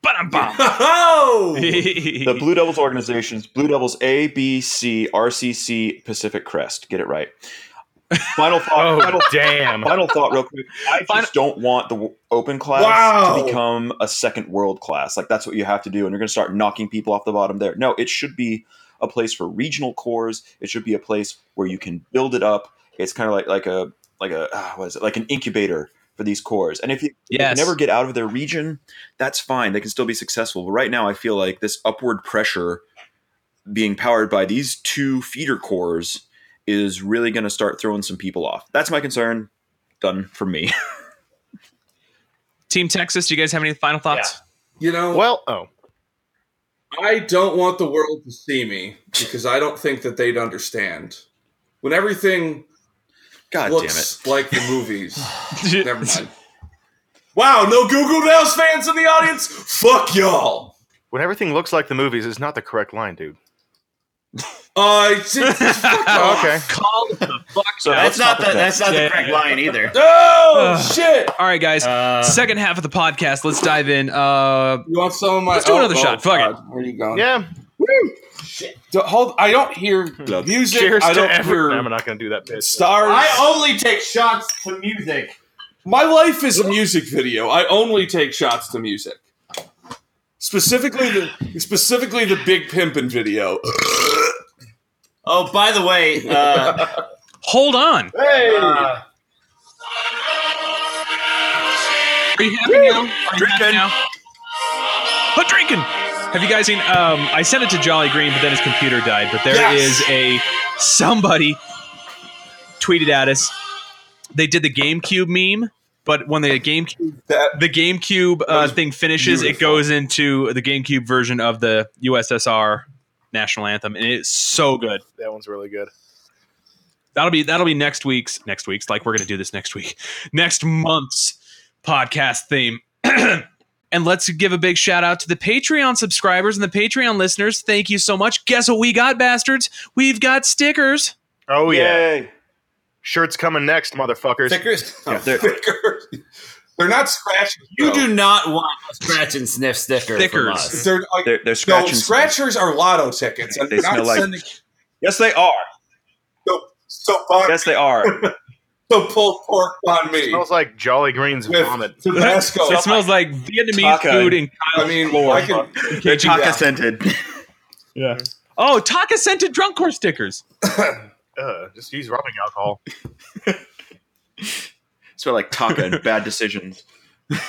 S10: But I'm bomb.
S6: Oh,
S7: The Blue Devils organizations, Blue Devils A, B, C, RCC, Pacific Crest. Get it right. Final thought. final,
S1: damn.
S7: final thought, real quick. I just
S10: Final-
S7: don't want the w- open class
S6: Wow.
S7: to become a second world class. Like that's what you have to do, and you're going to start knocking people off the bottom there. No, it should be a place for regional cores. It should be a place where you can build it up. It's kind of like like a like a ah, what is it like an incubator for these cores. And if you if they
S10: Yes.
S7: can never get out of their region, that's fine. They can still be successful. But right now, I feel like this upward pressure being powered by these two feeder cores is really going to start throwing some people off. That's my concern. Done for me.
S10: Team Texas, do you guys have any final thoughts?
S6: you know,
S1: Well, oh,
S6: I don't want the world to see me because I don't think that they'd understand. When everything
S7: God damn it.
S6: looks like the movies. Never mind. Wow, no Google Dolls fans in the audience? Fuck y'all.
S1: when everything looks like the movies is not the correct line, dude.
S6: Uh, fuck
S1: Oh,
S6: off.
S1: okay.
S10: Call it the fuck
S7: So
S10: out.
S2: That's not the that's not
S10: Yeah.
S2: the correct line either.
S6: Oh,
S10: Ugh.
S6: shit.
S10: All right, guys.
S2: Uh,
S10: Second half of the podcast. Let's dive in. Uh,
S6: You want some of my? Oh,
S10: Let's do another shot. Fuck it.
S6: God. Where are you going?
S1: Yeah.
S6: D- hold. I don't hear
S7: Look,
S6: music.
S1: Cheers
S6: I
S1: to
S6: don't
S1: ever.
S6: hear
S1: I'm not going to do that pitch.
S6: stars.
S2: I only take shots to music.
S6: My life is a music video. I only take shots to music. Specifically, the specifically the Big Pimpin' video.
S2: Oh, by the way, uh,
S10: hold on.
S6: Hey,
S2: uh,
S10: Are you happy now? Are you happy now? But drinking. Have you guys seen? Um, I sent it to Jolly Green, but then his computer died. But there is
S6: Yes.
S10: a somebody tweeted at us. They did the GameCube meme, but when the GameCube
S6: That-
S10: the GameCube uh,
S6: was
S10: thing finishes, it
S6: beautiful.
S10: goes into the GameCube version of the USSR national anthem, and it's so good.
S1: That one's really good.
S10: That'll be that'll be next week's next week's like we're gonna do this next week. Next month's podcast theme. and let's give a big shout out to the Patreon subscribers and the Patreon listeners. Thank you so much. Guess what we got, bastards? We've got stickers.
S1: Oh yeah.
S7: Yay.
S1: Shirt's coming next, motherfuckers.
S6: Thickers.
S7: Yeah, they're-
S6: Thicker. They're not scratchers.
S2: you
S6: though.
S2: do not want a scratch and sniff sticker from
S10: Stickers.
S2: us.
S6: They're, like,
S7: They're, they're
S6: no,
S7: scratching.
S6: scratchers are lotto tickets. And
S7: They
S6: they're not
S7: smell like-
S6: sending,
S7: Yes, they are.
S6: so, so, bon-
S7: Yes, they are.
S6: so pulled pork on me.
S1: smells like Jolly Green's vomit.
S6: With Tabasco.
S10: it smells like Vietnamese
S7: Taco.
S10: food and Kyle's
S6: I mean,
S10: floor.
S6: I can,
S7: They're taco
S6: Yeah.
S7: scented.
S10: oh, Taka scented drunk core stickers.
S1: Uh, just use rubbing alcohol.
S7: Smell like taco and bad decisions.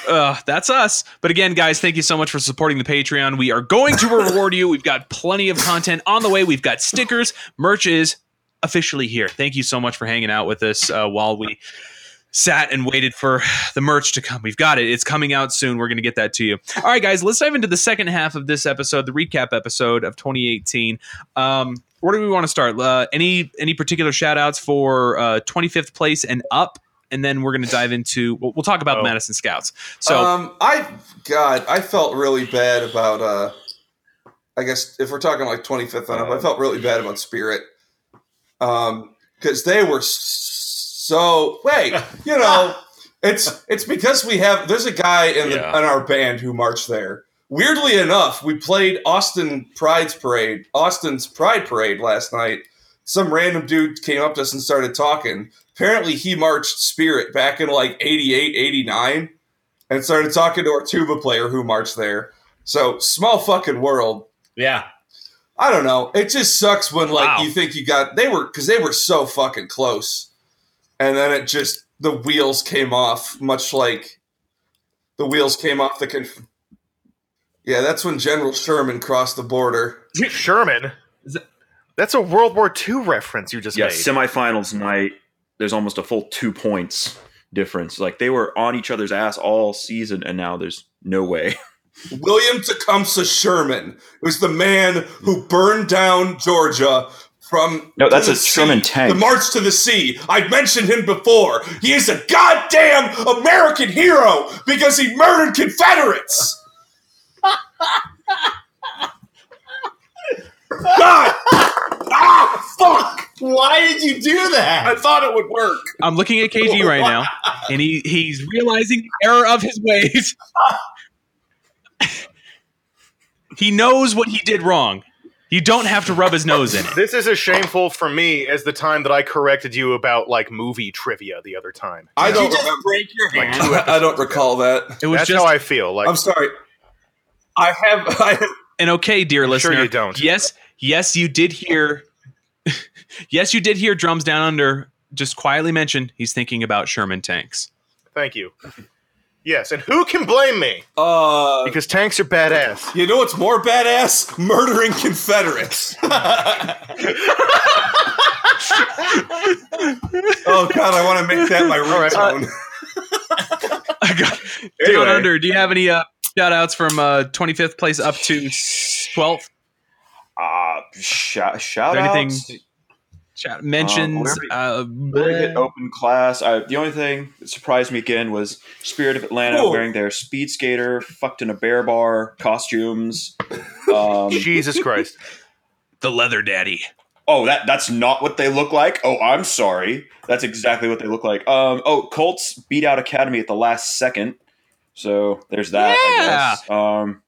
S10: uh, that's us. But again, guys, thank you so much for supporting the Patreon. We are going to reward you. We've got plenty of content on the way. We've got stickers, merch is officially here. Thank you so much for hanging out with us uh, while we sat and waited for the merch to come. We've got it. It's coming out soon. We're going to get that to you. All right, guys, let's dive into the second half of this episode, the recap episode of 2018. Um, where do we want to start? Uh, any any particular shout outs for uh, 25th place and up? And then we're going to dive into, we'll, we'll talk about
S1: Oh.
S10: the Madison Scouts. So,
S6: um, I God, I felt really bad about. uh I guess if we're talking like 25th and up, I felt really bad about Spirit, um, because they were s- so. Wait, you know, it's it's because we have there's a guy in the,
S7: Yeah.
S6: in our band who marched there. Weirdly enough, we played Austin Pride's Parade, Austin's Pride Parade last night, some random dude came up to us and started talking. Apparently, he marched Spirit back in like 88, 89 and started talking to our tuba player who marched there. So, small fucking world.
S2: Yeah.
S6: I don't know. It just sucks when like
S10: Wow.
S6: you think you got they were because they were so fucking close, and then it just the wheels came off, much like the wheels came off the. Conf- yeah, that's when General Sherman crossed the border.
S1: Sherman. That's a World War II reference you just
S4: yeah,
S1: made.
S4: semifinals night. There's almost a full two points difference. Like they were on each other's ass all season, and now there's no way.
S6: William Tecumseh Sherman was the man who burned down Georgia from
S4: No, that's
S6: to
S4: a
S6: the
S4: Sherman
S6: sea,
S4: tank.
S6: The March to the Sea. I mentioned him before. He is a goddamn American hero because he murdered Confederates. God, ah, fuck!
S2: Why did you do
S6: I
S2: that?
S6: thought it would work.
S10: I'm looking at KG right now, and he, he's realizing the error of his ways. he knows what he did wrong. You don't have to rub his nose in it.
S1: This is as shameful for me as the time that I corrected you about like movie trivia the other time.
S6: I
S2: Did you
S6: don't
S2: just
S6: remember.
S2: break your hand?
S6: I don't recall that.
S10: It was
S1: That's
S10: just
S1: how I feel. Like
S6: I'm sorry. I have. I have
S10: and okay, dear
S1: I'm sure
S10: listener.
S1: you don't.
S10: Yes, yes, you did hear. yes, you did hear drums down under. Just quietly mention he's thinking about Sherman tanks.
S1: Thank you. Yes, and who can blame me?
S6: uh,
S1: Because tanks are badass.
S6: You know what's more badass? Murdering Confederates. oh God, I want to make that my ringtone.
S10: Down under. Do you have any uh, shout outs from uh, 25th place up to 12th?
S4: Ah, shout, shout
S10: anything-
S4: outs.
S10: Shout, mentions.
S4: whatever you-
S10: Uh,
S4: Very good open class. I, the only thing that surprised me again was Spirit of Atlanta
S6: Cool.
S4: wearing their speed skater, fucked in a bear bar costumes. Um,
S1: Jesus Christ.
S10: the leather daddy.
S4: oh, that that's not what they look like. Oh, I'm sorry. That's exactly what they look like. Um, oh, Colts beat out Academy at the last second. So there's that.
S10: Yeah.
S4: I guess. Um,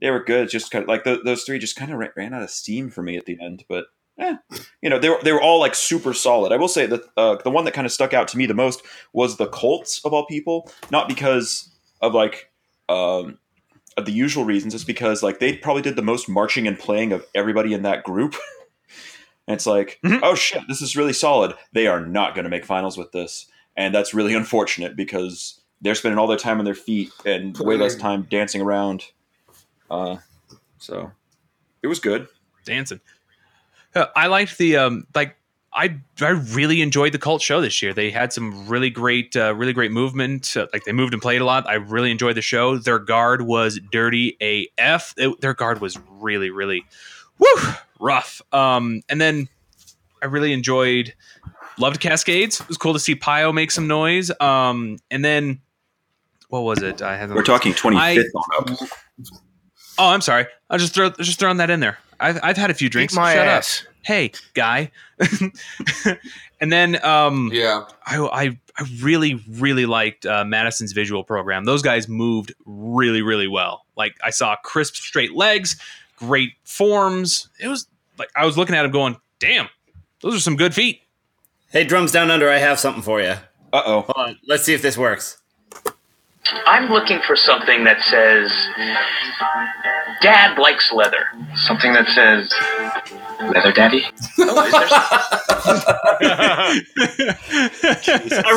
S4: they were good. Just kind of, like tho- those three just kind of ran, ran out of steam for me at the end, but. eh. You know they were, they were all like super solid. I will say that uh, the one that kind of stuck out to me the most was the Colts of all people, not because of like um, of the usual reasons. It's because like they probably did the most marching and playing of everybody in that group. and it's like,
S10: Mhm.
S6: Mm-hmm.
S4: oh shit, this is really solid. They are not going to make finals with this, and that's really unfortunate because they're spending all their time on their feet and way less time dancing around. Uh, so it was good.
S10: dancing. Uh, I liked the um like I I really enjoyed the cult show this year. They had some really great uh, really great movement. Uh, like they moved and played a lot. I really enjoyed the show. Their guard was dirty AF. It- their guard was really really woo rough. Um and then I really enjoyed loved Cascades. It was cool to see Pio make some noise. Um and then what was it? I had
S4: We're talking twenty fifth on up.
S10: Oh, I'm sorry. I just throw just throwing that in there. I've, I've had a few drinks.
S1: Beat my
S10: Shut up
S1: ass.
S10: hey guy and then um
S6: Yeah,
S10: I, I i really really liked uh, madison's visual program those guys moved really really well like i saw crisp straight legs great forms it was like i was looking at him going damn those are some good feet
S2: Hey, drums down under. I have something for you.
S4: Uh oh.
S2: Hold on. Let's see if this works.
S8: I'm looking for something that says, Dad likes leather. Something that says, Leather Daddy?
S2: I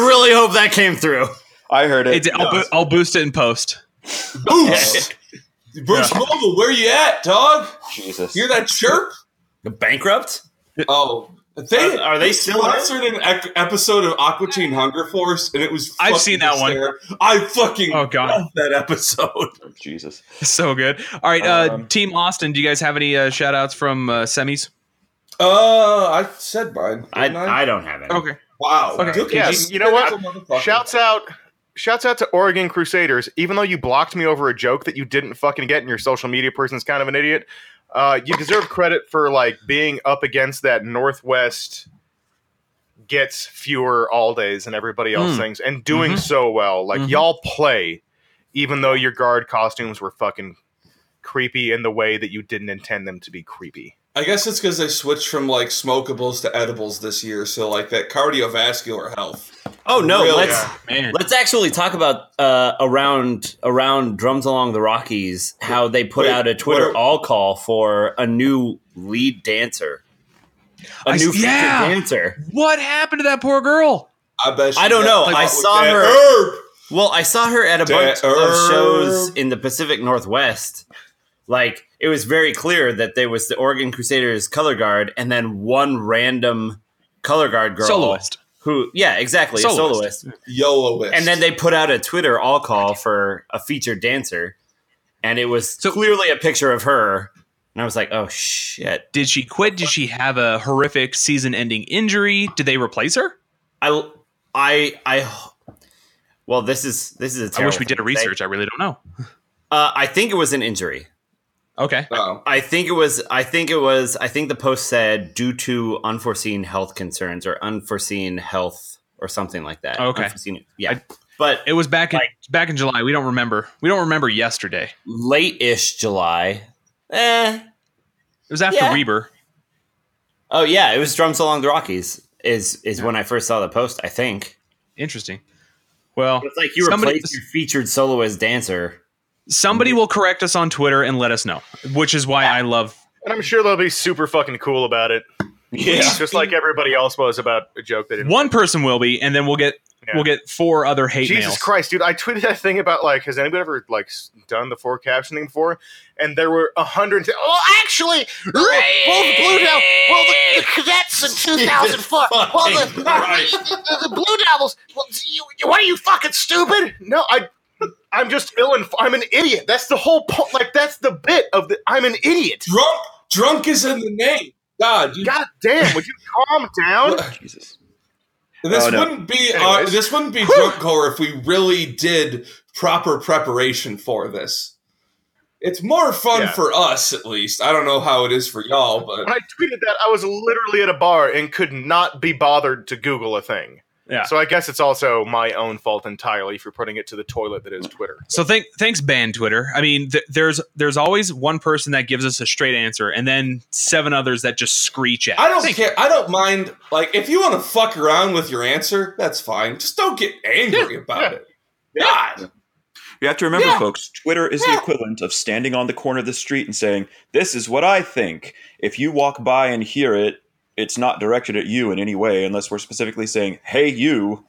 S2: really hope that came through.
S4: I heard it. Oh,
S10: It's- I'll, bo- I'll boost it in post
S6: Boost, Bruce Mobile, where you at, dog?
S4: Jesus.
S6: Hear that chirp?
S2: Bankrupt?
S6: Oh, they
S2: Are- are they still
S6: sponsored an ec- episode of Aqua Teen Hunger Force, and it was.
S10: I've
S6: fucking
S10: seen that one.
S6: hysterical. I fucking
S10: oh god
S6: love that episode.
S4: Oh, Jesus.
S10: so good all right uh
S4: Um,
S10: team austin do you guys have any uh, shout outs from uh, semis
S6: Uh, I said mine.
S2: I,
S6: didn't
S2: I don't have it.
S10: okay
S6: wow.
S10: Okay.
S6: Good
S1: Yeah,
S6: piece.
S1: you know what?
S6: That's a motherfucker.
S1: Shouts out. Shouts out to Oregon Crusaders. Even though you blocked me over a joke that you didn't fucking get, and your social media person's kind of an idiot, uh, you deserve credit for like being up against that Northwest gets fewer all days and everybody else
S10: Mm.
S1: things, and doing
S10: Mhm.
S1: so well. Like
S10: Mhm.
S1: y'all play, even though your guard costumes were fucking creepy in the way that you didn't intend them to be creepy.
S6: I guess it's because they switched from like smokables to edibles this year, so like that cardiovascular health.
S2: Oh no, let's let's actually talk about uh, around around drums along the Rockies how they put
S6: Wait,
S2: out a Twitter
S6: what are-
S2: all call for a new lead dancer, a
S10: I s-
S2: new featured
S10: yeah.
S2: dancer.
S10: What happened to that poor girl?
S6: I bet.
S2: I
S6: she
S2: don't
S6: got
S2: know.
S6: caught
S2: I
S6: with
S2: saw
S6: that
S2: her.
S6: herb.
S2: Well, I saw her at a bunch
S10: er,
S6: Herb.
S2: of shows in the Pacific Northwest. Like it was very clear that there was the Oregon Crusaders color guard, and then one random color guard girl
S10: Soloist.
S2: Who? Yeah, exactly. a
S10: Soloist.
S2: soloist.
S6: Yoloist.
S2: And then they put out a Twitter all call for a featured dancer, and it was
S10: So-
S2: clearly a picture of her. And I was like, "Oh shit!"
S10: Did she quit? Did she have a horrific season-ending injury? Did they replace her?
S2: I, I, I. Well, this is this is a
S10: I
S2: terrible
S10: wish we did a
S2: thing to say.
S10: research. I really don't know.
S2: Uh, I think it was an injury.
S10: Okay.
S6: Oh.
S2: I think it was. I think it was. I think the post said due to unforeseen health concerns or unforeseen health or something like that.
S10: Oh, Okay.
S2: Unforeseen- yeah.
S10: I-
S2: but
S10: It was back in back in July. We don't remember. We don't remember yesterday.
S2: late-ish July. Eh.
S10: It was after
S2: Yeah.
S10: Reber.
S2: Oh yeah, it was drums along the Rockies. Is is when I first saw the post. I think
S10: Interesting. Well,
S2: it's like you
S10: somebody,
S2: replaced your featured soloist dancer.
S10: somebody will correct us on Twitter and let us know, which is why I love.
S1: And I'm sure they'll be super fucking cool about it.
S6: Yeah.
S1: Just like everybody else was about a joke they didn't.
S10: One person will be, and then we'll get
S1: Yeah.
S10: we'll get four other hate
S1: Jesus
S10: mails.
S1: Christ, dude! I tweeted that thing about like, has anybody ever like s- done the four captioning before? And there were a hundred. and- Oh, actually, oh, well, the blue devil, well, the, the cadets in 2004, well, the, the, the blue devils. Well, you, you- what are you fucking stupid? No, I, I'm just ill and I'm an idiot. That's the whole point. Like, that's the bit of the. I'm an idiot.
S6: drunk. Drunk is in the name. God, you,
S1: God damn! Would you calm down?
S6: Jesus. This
S1: Oh, no.
S6: wouldn't be uh,
S1: Anyways.
S6: this wouldn't be drunk horror if we really did proper preparation for this. It's more fun
S1: Yeah.
S6: for us, at least. I don't know how it is for y'all, but
S1: When I tweeted that, I was literally at a bar and could not be bothered to Google a thing.
S10: Yeah.
S1: So I guess it's also my own fault entirely for putting it to the toilet that is Twitter.
S10: So thank, thanks, ban Twitter. I mean, th- there's there's always one person that gives us a straight answer, and then seven others that just screech at.
S6: I don't
S10: us.
S6: care. I don't mind. Like, if you want to fuck around with your answer, that's fine. Just don't get angry about it. God.
S7: You have to remember,
S6: Yeah.
S7: folks, Twitter is the equivalent of standing on the corner of the street and saying, This is what I think. If you walk by and hear it, it's not directed at you in any way, unless we're specifically saying, Hey, you.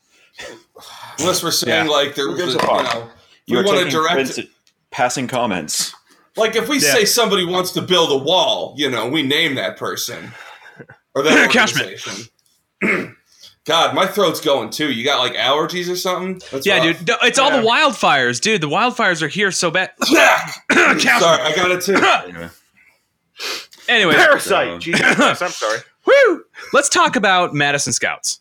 S6: Unless we're saying like there
S7: Who
S6: was,
S7: gives
S6: a,
S7: a
S6: you
S7: fuck?
S6: know,
S7: You
S6: we
S7: are
S6: want to
S7: taking offense
S6: direct.
S7: at passing comments.
S6: Like, if we
S10: Yeah.
S6: say somebody wants to build a wall, you know, we name that person or that
S10: Cashman.
S6: organization. God, my throat's going too. You got like allergies or something? That's
S10: Yeah,
S6: rough.
S10: dude, No, it's all the wildfires, dude. The wildfires are here so bad.
S6: Sorry, I got it too.
S7: Anyway.
S10: Anyway,
S1: Parasite. Jesus Christ, I'm sorry.
S10: woo. Let's talk about Madison Scouts.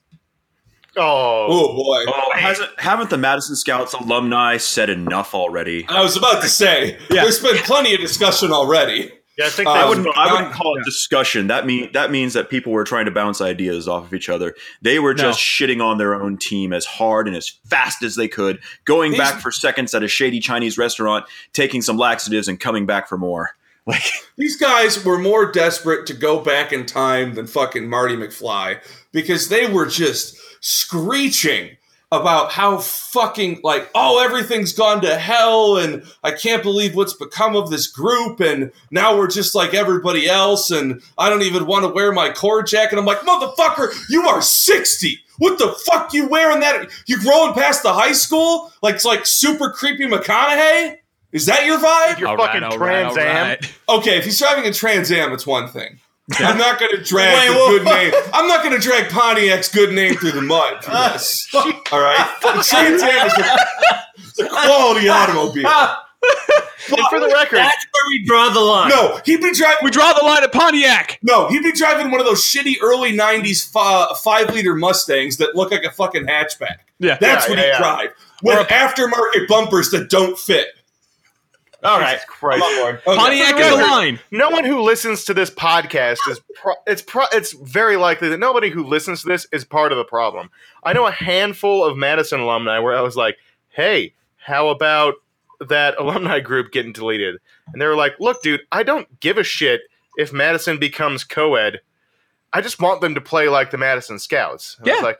S1: Oh,
S6: Oh boy,
S7: Oh, hasn't, haven't the Madison Scouts alumni said enough already?
S6: I was about to say there's been plenty of discussion already.
S1: yeah. I think
S6: Uh,
S1: that
S6: I
S7: I
S1: was
S7: wouldn't.
S1: fun.
S7: I wouldn't call it discussion. That mean that means that people were trying to bounce ideas off of each other. They were just shitting on their own team as hard and as fast as they could, going
S6: These-
S7: back for seconds at a shady Chinese restaurant, taking some laxatives, and coming back for more. Like
S6: These guys were more desperate to go back in time than fucking Marty McFly because they were just screeching about how fucking like oh everything's gone to hell and I can't believe what's become of this group and now we're just like everybody else and I don't even want to wear my cord jacket. I'm like motherfucker, you are 60. What the fuck you wearing that? You growing past the high school? Like it's like super creepy McConaughey? Is that your vibe?
S1: Your
S10: All right,
S1: fucking
S10: all right, all
S1: Trans Am.
S10: right.
S6: Okay, if he's driving a Trans Am, it's one thing. I'm not going to drag
S2: Wait,
S6: the
S2: whoa.
S6: good name. I'm not going to drag Pontiac's good name through the mud. For this. All right, The Trans Am is a, it's a quality automobile.
S1: And for the record,
S2: That's where we draw the line.
S6: No, he'd be driving.
S10: We draw the line at Pontiac.
S6: No, he'd be driving one of those shitty early '90s fi- five-liter Mustangs that look like a fucking hatchback.
S10: Yeah.
S6: That's
S1: Yeah,
S6: what
S1: yeah,
S6: he'd
S1: yeah.
S6: drive with aftermarket bumpers that don't fit.
S2: All right,
S1: Christ.
S2: I'm on board.
S6: Okay.
S10: Pontiac is the line.
S1: no one who listens to this podcast is pro- it's pro- it's very likely that nobody who listens to this is part of the problem. I know a handful of Madison alumni where I was like, "Hey, how about that alumni group getting deleted?" And they were like, "Look, dude, I don't give a shit if Madison becomes co-ed, I just want them to play like the Madison Scouts. And I was
S10: Yeah.
S1: like,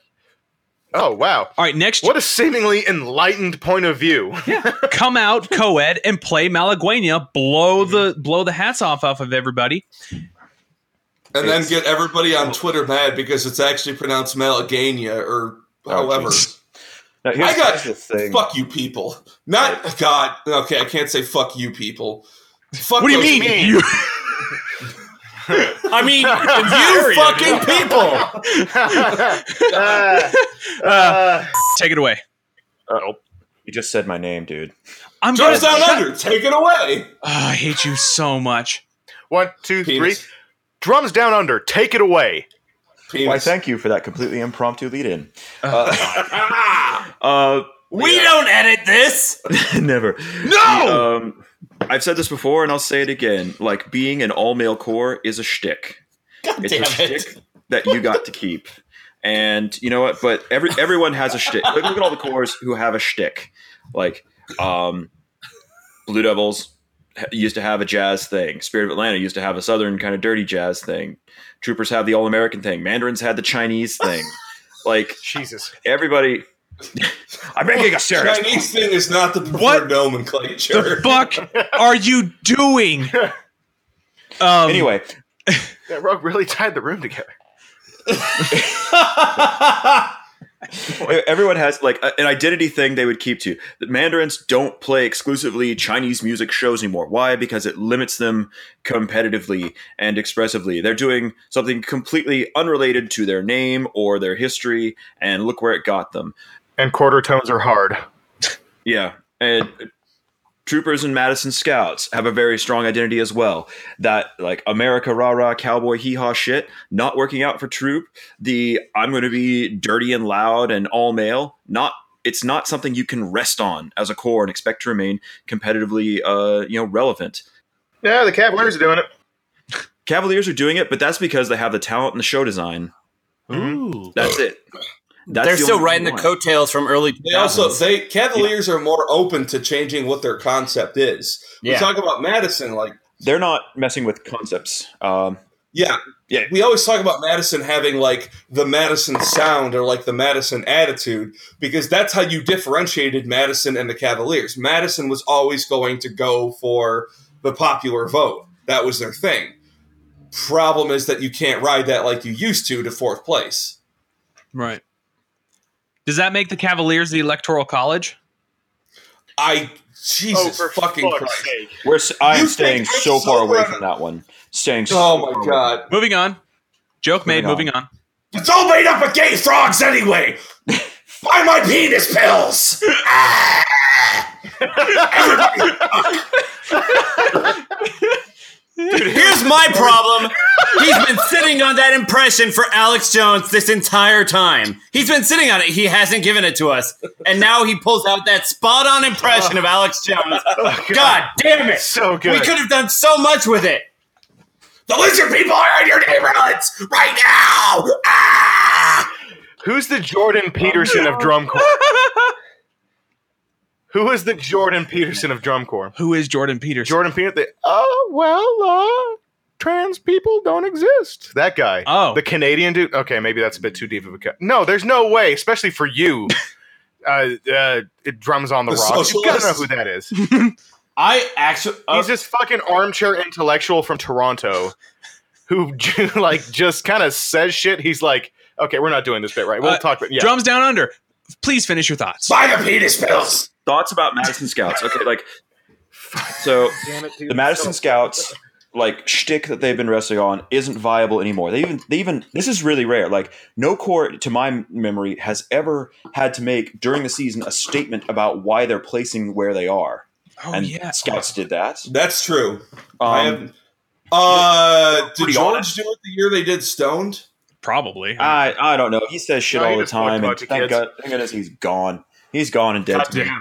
S1: oh wow.
S10: All right, next.
S1: What a seemingly enlightened point of view.
S10: come out co-ed and play Malaguena, blow the blow the hats off off of everybody.
S6: And then get everybody on Twitter mad because it's actually pronounced Malagania or however. I got fuck you people. Not God. Okay, I can't say fuck you people. Fuck
S5: What do you
S6: those
S5: mean,
S6: people.
S5: you-
S6: I mean,
S5: theory,
S6: you fucking people.
S1: Uh,
S10: Take it away.
S7: Oh, you just said my name, dude.
S10: I'm
S6: Joe's
S10: gonna-
S6: down under. Take it away.
S10: Ah, I hate you so much.
S1: One, two, three.
S6: Penis.
S1: Drums down under. Take it away.
S7: Why,
S6: Penis.
S7: thank you for that completely impromptu lead in. Uh,
S2: We don't edit this.
S7: never.
S1: Uh,
S7: No! um, I've said this before and I'll say it again. Like, being an all male core is a shtick.
S2: God
S7: It's
S2: damn
S7: a
S2: it.
S7: shtick that you got to keep. And you know what? But every everyone has a shtick. Look, look at all the cores who have a shtick. Like, um, Blue Devils ha- used to have a jazz thing. Spirit of Atlanta used to have a southern kind of dirty jazz thing. Troopers have the all American thing. Mandarins had the Chinese thing. like
S1: Jesus.
S7: everybody, I'm making a serious
S6: Chinese thing is not the preferred
S10: What?
S6: nomenclature.
S10: The fuck are you doing? Um,
S7: Anyway,
S1: That rug really tied the room together.
S7: everyone has like a- an identity thing they would keep to. The Mandarins don't play exclusively Chinese music shows anymore. Why? Because it limits them competitively and expressively. They're doing something completely unrelated to their name or their history, and look where it got them.
S1: And quarter tones are hard.
S7: Yeah, and troopers and Madison Scouts have a very strong identity as well. That like America rah rah cowboy hee haw shit not working out for troop. The I'm going to be dirty and loud and all male. Not it's not something you can rest on as a core and expect to remain competitively uh, you know relevant.
S1: Yeah, the Cavaliers are doing it.
S7: Cavaliers are doing it, but that's because they have the talent and the show design.
S2: Ooh.
S7: That's it. That's
S2: They're
S7: the
S2: still
S7: only
S2: riding the
S7: one.
S2: coattails from early.
S6: They also
S2: 2000s.
S6: they Cavaliers are more open to changing what their concept is. We
S2: Yeah.
S6: talk about Madison like
S7: They're not messing with concepts. Um,
S6: yeah,
S7: Yeah.
S6: We always talk about Madison having like the Madison sound or like the Madison attitude because that's how you differentiated Madison and the Cavaliers. Madison was always going to go for the popular vote. That was their thing. Problem is that you can't ride that like you used to to fourth place.
S10: right. Does that make the Cavaliers the electoral college?
S6: I Jesus
S1: oh, for
S6: fucking
S1: fuck's
S6: Christ.
S1: sake.
S7: we're s- I am
S6: You
S7: staying
S6: think I'm
S7: so far away
S6: sober?
S7: from that one. Staying. so
S6: Oh
S7: far
S6: my
S7: away.
S6: god.
S10: Moving on. Joke made.
S7: Moving
S10: Moving on.
S6: It's all made up of gay frogs anyway. Buy my penis pills.
S2: Here's my problem. He's been sitting on that impression for Alex Jones this entire time. He's been sitting on it. He hasn't given it to us. And now he pulls out that spot on impression of Alex Jones.
S1: Oh,
S2: God, damn it.
S1: So good.
S2: We could have done so much with it.
S6: The lizard people are in your neighborhoods right now.
S1: Who's the Jordan Peterson of drum corps? Who is the Jordan Peterson of drum corps?
S10: Who is Jordan Peterson?
S1: Jordan Peterson. Oh well, uh, trans people don't exist. That guy.
S10: Oh.
S1: the Canadian dude. Okay, maybe that's a bit too deep of a cut. No, there's no way, especially for you. Uh, uh, it drums on the,
S6: The
S1: rocks. You gotta know
S6: socialist.
S1: who that is.
S2: I actually.
S1: He's this fucking armchair intellectual from Toronto, who like just kind of says shit. He's like, okay, we're not doing this bit right. We'll
S10: Uh,
S1: talk about yeah.
S10: Drums down under. Please finish your thoughts.
S6: Buy the penis pills.
S7: thoughts about Madison Scouts. Okay, like so the Madison Scouts like shtick that they've been wrestling on isn't viable anymore. They even they even this is really rare. Like no court to my memory has ever had to make during the season a statement about why they're placing where they are.
S10: Oh
S7: and
S10: yeah.
S7: Scouts did that.
S6: That's true. I
S7: Um,
S6: have, uh, did
S7: Pretty
S6: George
S7: honest.
S6: do it the year they did Stoned?
S10: Probably.
S7: I I don't know. He says shit
S1: No, he
S7: all the
S1: just talked
S7: time, and
S1: about you
S7: thank
S1: kids.
S7: God, thank goodness he's gone. He's gone and dead. to me.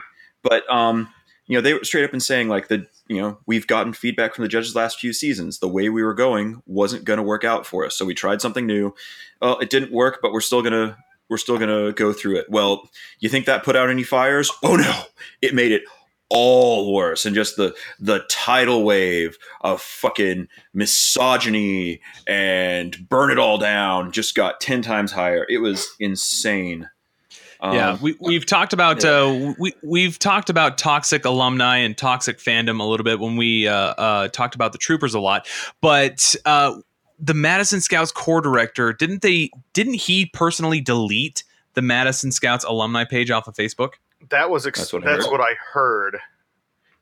S7: But um, you know, they were straight up and saying like the you know we've gotten feedback from the judges last few seasons. The way we were going wasn't going to work out for us, so we tried something new. Well, it didn't work, but we're still gonna we're still gonna go through it. Well, you think that put out any fires? Oh no, it made it
S4: all worse and just the the tidal wave of fucking misogyny and burn it all down just got 10 times higher it was insane
S10: Um,
S7: Um,
S10: yeah, we, we've talked about uh, we we've talked about toxic alumni and toxic fandom a little bit when we uh, uh, talked about the troopers a lot, but uh, the Madison Scouts core director didn't they didn't he personally delete the Madison Scouts alumni page off of Facebook?
S1: That was ex- that's, what I, that's what I heard.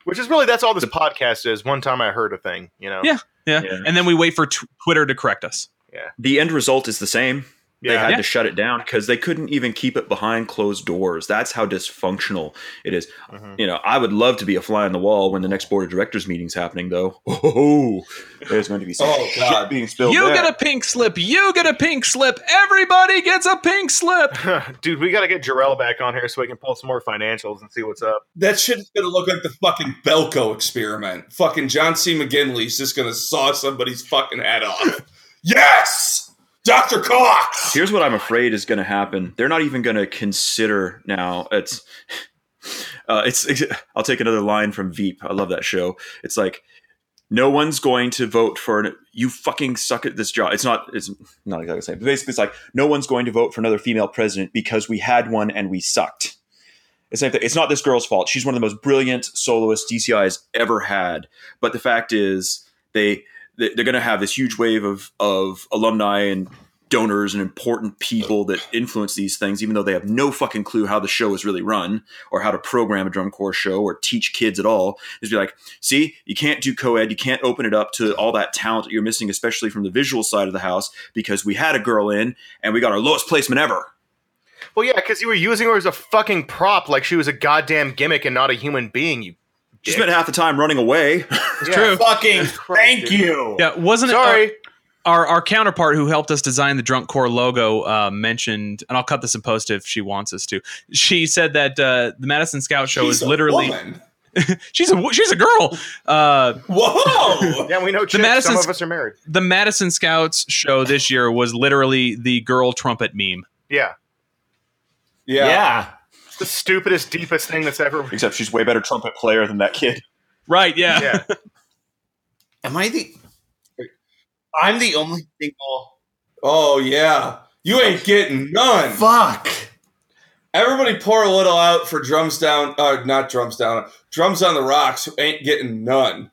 S1: Which is really that's all this podcast is. One time I heard a thing, you know.
S10: Yeah, yeah, yeah. and then we wait for t- Twitter to correct us.
S1: Yeah,
S4: the end result is the same. They
S1: Yeah.
S4: had
S10: Yeah.
S4: to shut it down because they couldn't even keep it behind closed doors. That's how dysfunctional it is.
S10: Mm-hmm.
S4: You know, I would love to be a fly on the wall when the next board of directors meeting's happening, though. Oh, there's going to be some
S6: Oh,
S4: shit
S6: God.
S4: being spilled.
S10: you
S4: there.
S10: get a pink slip. You get a pink slip. Everybody gets a pink slip.
S1: Dude, we got to get Jarrell back on here so we can pull some more financials and see what's up.
S6: That shit is gonna look like the fucking Belko experiment. Fucking John C. McGinley's just gonna saw somebody's fucking head off. yes, Doctor Cox.
S4: Here's what I'm afraid is going to happen. They're not even going to consider now. It's, uh, it's, I'll take another line from Veep. I love that show. It's like, no one's going to vote for an, you fucking suck at this job. It's not, it's not exactly the same. But basically, it's like, no one's going to vote for another female president because we had one and we sucked. It's, like, it's not this girl's fault. She's one of the most brilliant soloists DCI has ever had. But the fact is, they, they- they're going to have this huge wave of, of alumni and donors and important people that influence these things, even though they have no fucking clue how the show is really run or how to program a drum corps show or teach kids at all, is be like, see, you can't do co ed, you can't open it up to all that talent that you're missing, especially from the visual side of the house, because we had a girl in and we got our lowest placement ever.
S1: Well, yeah, because you were using her as a fucking prop, like she was a goddamn gimmick and not a human being. You
S4: She spent half the time running away.
S1: Yeah.
S10: true.
S2: Fucking thank
S1: dude.
S2: you.
S10: Yeah, wasn't it?
S1: Sorry.
S10: our our counterpart who helped us design the drunk core logo uh, mentioned and i'll cut this in post if she wants us to she said that uh, the madison scout show
S6: She's
S10: is
S6: a
S10: literally
S6: woman.
S10: she's a wo- she's a girl uh,
S6: Whoa!
S1: yeah, we know chicks.
S10: Madison
S1: Some
S10: Sc-
S1: of us are married.
S10: the madison scouts show this year was literally the girl trumpet meme
S1: Yeah.
S2: Yeah.
S1: It's the stupidest, deepest thing that's ever.
S4: Except she's way better trumpet player than that kid.
S10: right yeah,
S1: Yeah.
S2: Am I the? I'm the only single.
S6: Oh yeah, you ain't getting none.
S2: Fuck.
S6: Everybody pour a little out for drums down. Uh, not drums down. Drums on the rocks who ain't getting none.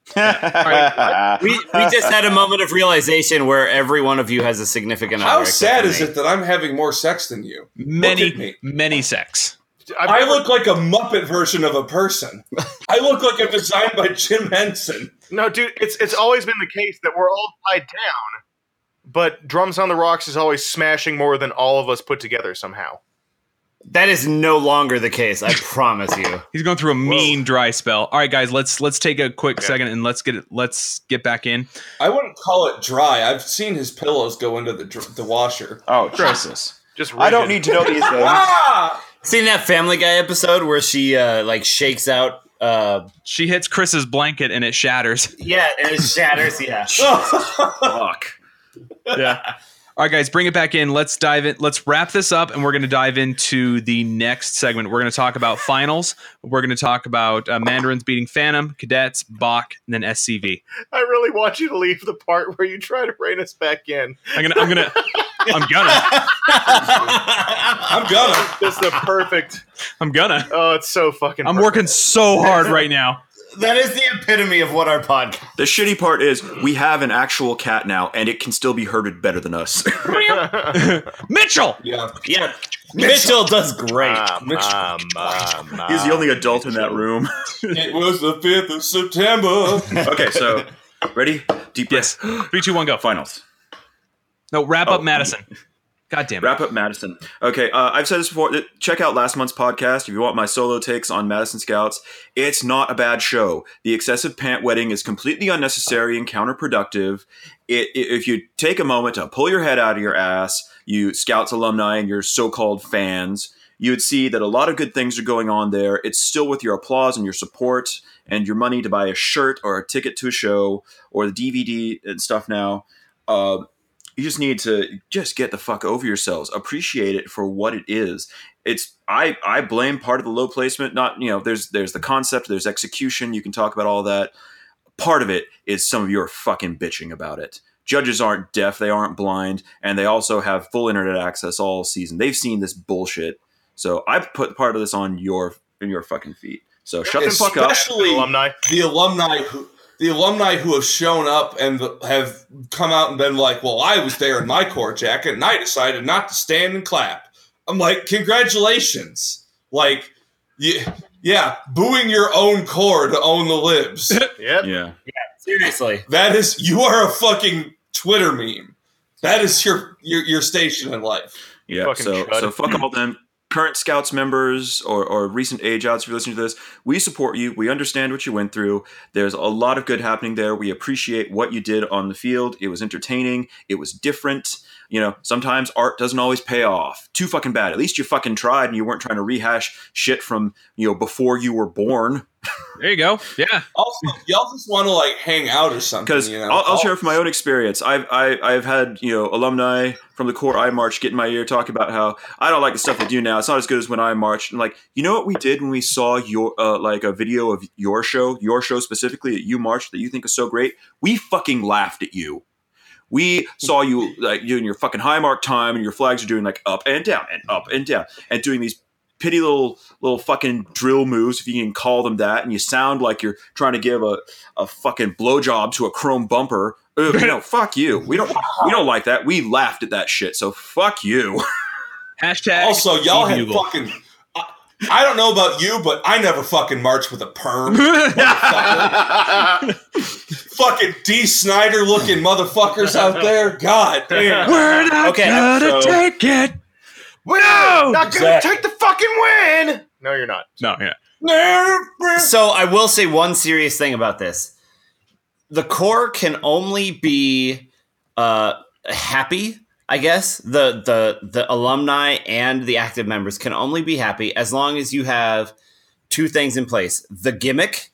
S2: We, we just had a moment of realization where every one of you has a significant.
S6: How
S2: other except
S6: sad
S2: for
S6: is
S2: me.
S6: it that I'm having more sex than you? Look at
S10: many
S6: me.
S10: many sex
S1: I've
S6: I
S1: never-
S6: look like a Muppet version of a person. I look like I'm designed by Jim Henson.
S1: No, dude, it's it's always been the case that we're all tied down, but Drums on the Rocks is always smashing more than all of us put together somehow.
S2: That is no longer the case. I promise you.
S10: he's going through a mean dry spell all right guys let's let's take a quick second and let's get it let's get back in
S6: I wouldn't call it dry. I've seen his pillows go into the dr- the washer.
S4: oh, Jesus.
S1: Just
S4: I don't
S1: rigid.
S4: need to know these things.
S6: Ah!
S2: Seen that Family Guy episode where she uh, like shakes out? Uh,
S10: she hits chris's blanket and it shatters
S2: yeah, and it shatters. Yeah. Oh,
S4: Fuck.
S10: yeah. All right, guys, bring it back in. Let's dive in. Let's wrap this up, and we're going to dive into the next segment. We're going to talk about finals. We're going to talk about uh, Mandarins beating Phantom, Cadets, Bach, and then SCV.
S1: I really want you to leave the part where you try to rein us back in.
S10: I'm gonna, I'm gonna, I'm gonna,
S6: I'm gonna.
S1: This is the perfect.
S10: I'm gonna.
S1: Oh, it's so fucking.
S10: I'm
S1: perfect.
S10: working so hard right now.
S2: that is the epitome of what our podcast.
S4: The shitty part is we have an actual cat now, and it can still be herded better than us.
S10: Mitchell,
S6: Yeah.
S2: Yeah, Mitchell does great.
S1: Ah,
S6: Ah,
S4: He's the only adult in that room.
S6: It was the 5th of September.
S4: okay, so ready? Deep
S10: Yes.
S4: breath.
S10: three, two, one, go.
S4: Finals.
S10: No, wrap up,
S4: Oh.
S10: Madison. God damn it.
S4: Wrap up Madison. Okay, uh, I've said this before. th- Check out last month's podcast if you want my solo takes on Madison Scouts. It's not a bad show. The excessive pant wetting is completely unnecessary and counterproductive. It, i if you take a moment to pull your head out of your ass, you Scouts alumni and your so called fans, you would see that a lot of good things are going on there. It's still with your applause and your support and your money to buy a shirt or a ticket to a show or the DVD and stuff now. Uh, you just need to just get the fuck over yourselves. Appreciate it for what it is. It's I I blame part of the low placement. Not you know there's there's the concept, there's execution. You can talk about all that. Part of it is some of your fucking bitching about it. Judges aren't deaf, they aren't blind, and they also have full internet access all season. They've seen this bullshit. So I put part of this on your in your fucking feet. So shut the fuck up,
S6: Especially
S1: alumni.
S6: The alumni who the alumni who have shown up and have come out and been like, "Well, I was there in my court jacket and I decided not to stand and clap." I'm like, "Congratulations!" Like, yeah, yeah booing your own core to own the libs.
S1: Yep.
S4: Yeah.
S2: Seriously.
S6: that is, you are a fucking Twitter meme. That is your your, your station in life.
S4: Yeah.
S1: Fucking
S4: so
S1: crud.
S4: so fuck all them current Scouts members or, or recent age outs. If you're listening to this, we support you. We understand what you went through. There's a lot of good happening there. We appreciate what you did on the field. It was entertaining. It was different. You know, sometimes art doesn't always pay off. Too fucking bad. At least you fucking tried and you weren't trying to rehash shit from you know before you were born.
S10: There you go. Yeah.
S6: Also, y'all just want to like hang out or something.
S4: because
S6: you know? Oh.
S4: I'll, I'll share from my own experience. I've I, I've had you know alumni from the core I march get in my ear talk about how I don't like the stuff we do now. It's not as good as when I marched. And like you know what we did when we saw your uh, like a video of your show, your show specifically that you marched that you think is so great. We fucking laughed at you. We saw you like doing your fucking high mark time and your flags are doing like up and down and up and down and doing these pity little little fucking drill moves if you can call them that and you sound like you're trying to give a, a fucking blowjob to a chrome bumper. Ugh, no, fuck you. We don't we don't like that. We laughed at that shit. So fuck you.
S10: Hashtag.
S6: Also, y'all had
S10: Bugle.
S6: fucking. I, I don't know about you, but I never fucking marched with a perm. Motherfucker. fucking D. Snyder looking motherfuckers out there. God damn.
S10: We're not
S2: Okay,
S4: so-
S10: gonna take it.
S1: No, not gonna
S2: Zach.
S1: take the fucking win. No, you're not.
S10: No, yeah.
S2: So I will say one serious thing about this: the core can only be uh, happy. I guess the the the alumni and the active members can only be happy as long as you have two things in place: the gimmick,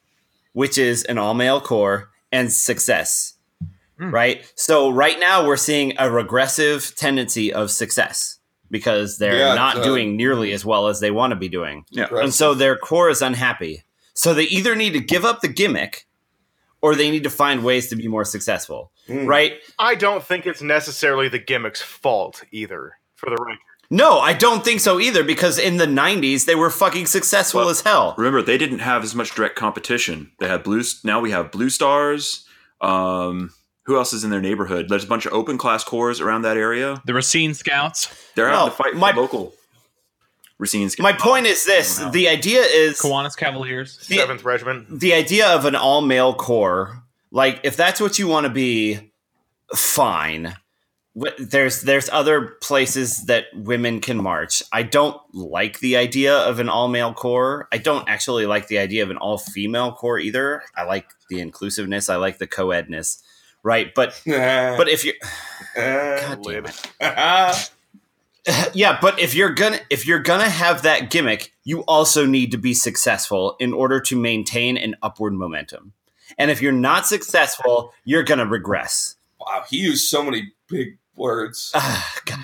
S2: which is an all male core, and success. Right. So right now we're seeing a regressive tendency of success because they're
S6: Yeah,
S2: not
S6: it's, uh,
S2: doing nearly as well as they want to be doing.
S4: Yeah.
S2: And so their core is unhappy. So they either need to give up the gimmick or they need to find ways to be more successful. Right?
S1: I don't think it's necessarily the gimmick's fault either. For the record,
S2: No, I don't think so either because in the 90s they were fucking successful
S4: Well-
S2: as hell.
S4: Remember, they didn't have as much direct competition. They had blue. Now we have blue stars. Um, who else is in their neighborhood? There's a bunch of open class cores around that area.
S10: The Racine Scouts.
S4: They're
S2: No,
S4: out to fight for
S2: my-
S4: local. Racine's
S2: My point is this, the idea is
S10: Kiwanis Cavaliers.
S2: the,
S1: Seventh Regiment.
S2: the idea of an all male core, like if that's what you want to be, fine. Wh- There's there's other places that women can march. I don't like the idea of an all male core. I don't actually like the idea of an all female core either. I like the inclusiveness. I like the co-edness, right? But but if you God damn it yeah but if you're gonna if you're gonna have that gimmick you also need to be successful in order to maintain an upward momentum and if you're not successful you're gonna regress
S6: wow, he used so many big words.
S2: Ah, god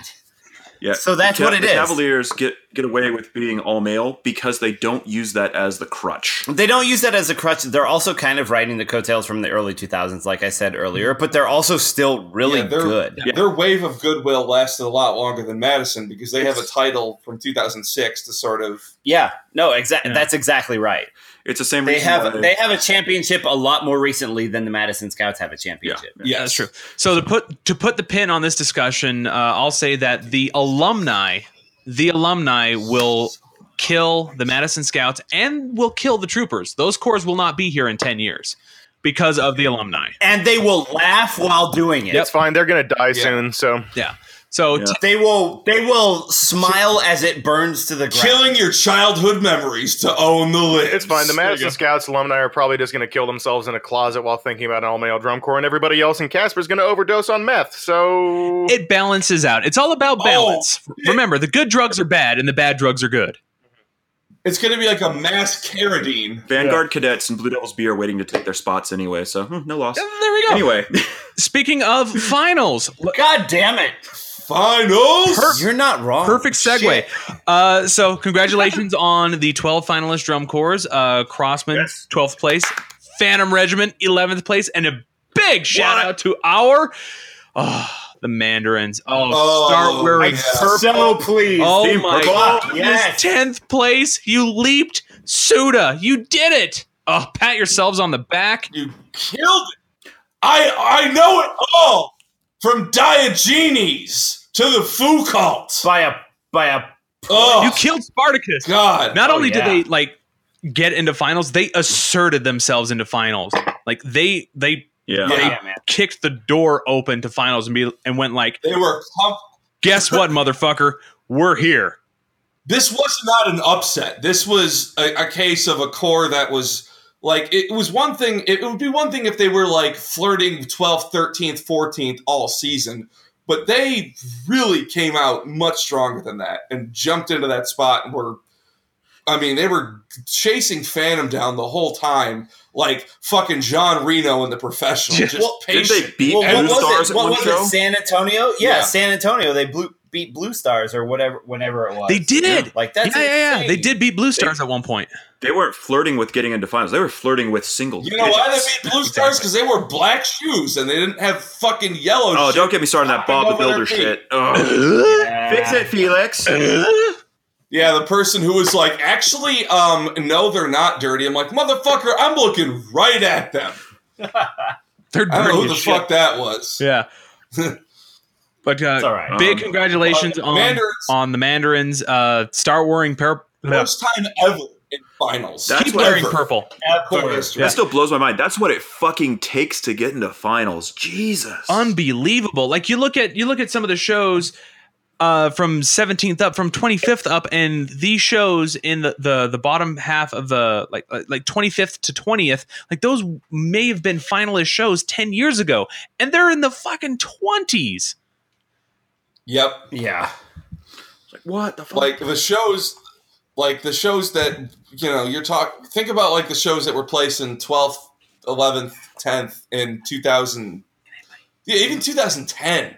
S4: Yeah.
S2: So that's
S4: the
S2: what it
S4: the
S2: is.
S4: Cavaliers get get away with being all male because they don't use that as the crutch.
S2: they don't use that as a crutch they're also kind of riding the coattails from the early 2000s like i said earlier but they're also still really
S6: Yeah, they're-
S2: good
S6: Their wave of goodwill lasted a lot longer than Madison because they have a title from 2006 to sort of.
S2: yeah no exactly
S10: Yeah.
S2: that's exactly right
S4: It's the same
S2: they
S4: reason why
S2: have they have a championship a lot more recently than the madison scouts have a championship
S10: Yeah, that's true. So to put to put the pin on this discussion, uh, I'll say that the alumni, the alumni will kill the Madison Scouts and will kill the Troopers. Those corps will not be here in ten years because of the alumni.
S2: and they will laugh while doing it
S1: It's fine. They're gonna die soon. So
S10: Yeah. So
S4: Yeah.
S10: t-
S2: They will they will smile as it burns to the ground.
S6: Killing your childhood memories to own the list.
S1: it's fine. The Madison Scouts alumni are probably just gonna kill themselves in a closet while thinking about an all-male drum corps, and everybody else in Casper's gonna overdose on meth. So
S10: it balances out. It's all about balance. Remember, the good drugs are bad and the bad drugs are good.
S6: It's going to be like a mass carradine.
S7: Vanguard cadets and Blue Devils B are waiting to take their spots anyway, so hmm, no loss.
S10: There we go.
S7: Anyway,
S10: Speaking of finals,
S2: God damn it.
S6: Finals.
S2: You're not wrong.
S10: perfect segue. Uh, so, congratulations on the 12 finalist drum corps. Uh, Crossman, 12th place. Phantom Regiment, 11th place. And a big shout out to our. Oh, the Mandarins. Oh,
S6: Oh,
S10: start wearing
S6: yeah.
S10: purple.
S2: So please.
S10: Oh
S7: Team
S10: my
S7: Purple.
S10: god!
S2: Yes.
S10: tenth place. You leaped Suda. You did it. Oh, pat yourselves on the back.
S6: You killed it. I I know it all from Diogenes to the Foo cult.
S2: By a by a
S6: Oh
S10: You killed Spartacus.
S6: God!
S10: Not
S2: Oh,
S10: only
S2: yeah.
S10: did they like get into finals, they asserted themselves into finals. Like they they
S7: yeah.
S6: Yeah.
S2: yeah, man.
S10: kicked the door open to finals and be and went like,
S6: They were. Com-
S10: guess what, motherfucker? We're here.
S6: this was not an upset. This was a, a case of a core that was like it was one thing. It would be one thing if they were like flirting 12th, 13th, 14th all season, but they really came out much stronger than that and jumped into that spot and were. I mean, they were chasing Phantom down the whole time, like fucking John Reno in the professional. Just
S7: Well, didn't
S6: patient.
S7: they beat
S2: Well,
S7: Blue
S2: what was
S7: Stars
S2: it?
S7: at
S2: What
S7: one
S2: was
S7: show?
S2: it? San Antonio? Yeah,
S6: Yeah.
S2: San Antonio. They blew, beat Blue Stars or whatever, whenever it was.
S10: They did.
S2: Like
S10: Yeah,
S2: that's
S10: yeah, yeah.
S2: insane.
S10: They did beat Blue Stars at one point.
S7: They weren't flirting with getting into finals. They were flirting with single.
S6: You know why they
S7: digits.
S6: beat Blue Stars? Because they wore black shoes and they didn't have fucking yellow
S7: Oh,
S6: shoes.
S7: don't get me started on that
S6: Knocking
S7: Bob the
S6: over their
S7: Builder
S6: feet.
S7: shit. Ugh.
S2: Yeah.
S7: Fix it, Felix.
S6: Yeah, the person who was like, actually, um, no, they're not dirty. I'm like, motherfucker, I'm looking right at them.
S10: They're
S6: I don't know
S10: dirty
S6: who the
S10: as shit.
S6: fuck that was.
S10: Yeah. but uh,
S2: It's all right.
S10: big
S7: Um,
S10: congratulations
S6: uh,
S10: on
S6: Mandarins.
S10: on the Mandarins. Uh, start wearing purple.
S6: First time ever in finals.
S7: That's
S10: Keep
S7: what-
S10: wearing
S6: Ever.
S10: purple.
S2: Of
S6: Fuck
S2: course.
S6: history.
S7: That still blows my mind. That's what it fucking takes to get into finals. Jesus.
S10: Unbelievable. Like you look at you look at some of the shows uh, from 17th up, from 25th up, and these shows in the the, the bottom half of the like like 25th to 20th, like those may have been finalist shows 10 years ago, and they're in the fucking 20s.
S6: Yep.
S2: Yeah.
S7: Like, what the fuck?
S6: Like the shows, like the shows that you know you're talking. Think about like the shows that were placed in 12th, 11th, 10th in 2000. Yeah, even 2010.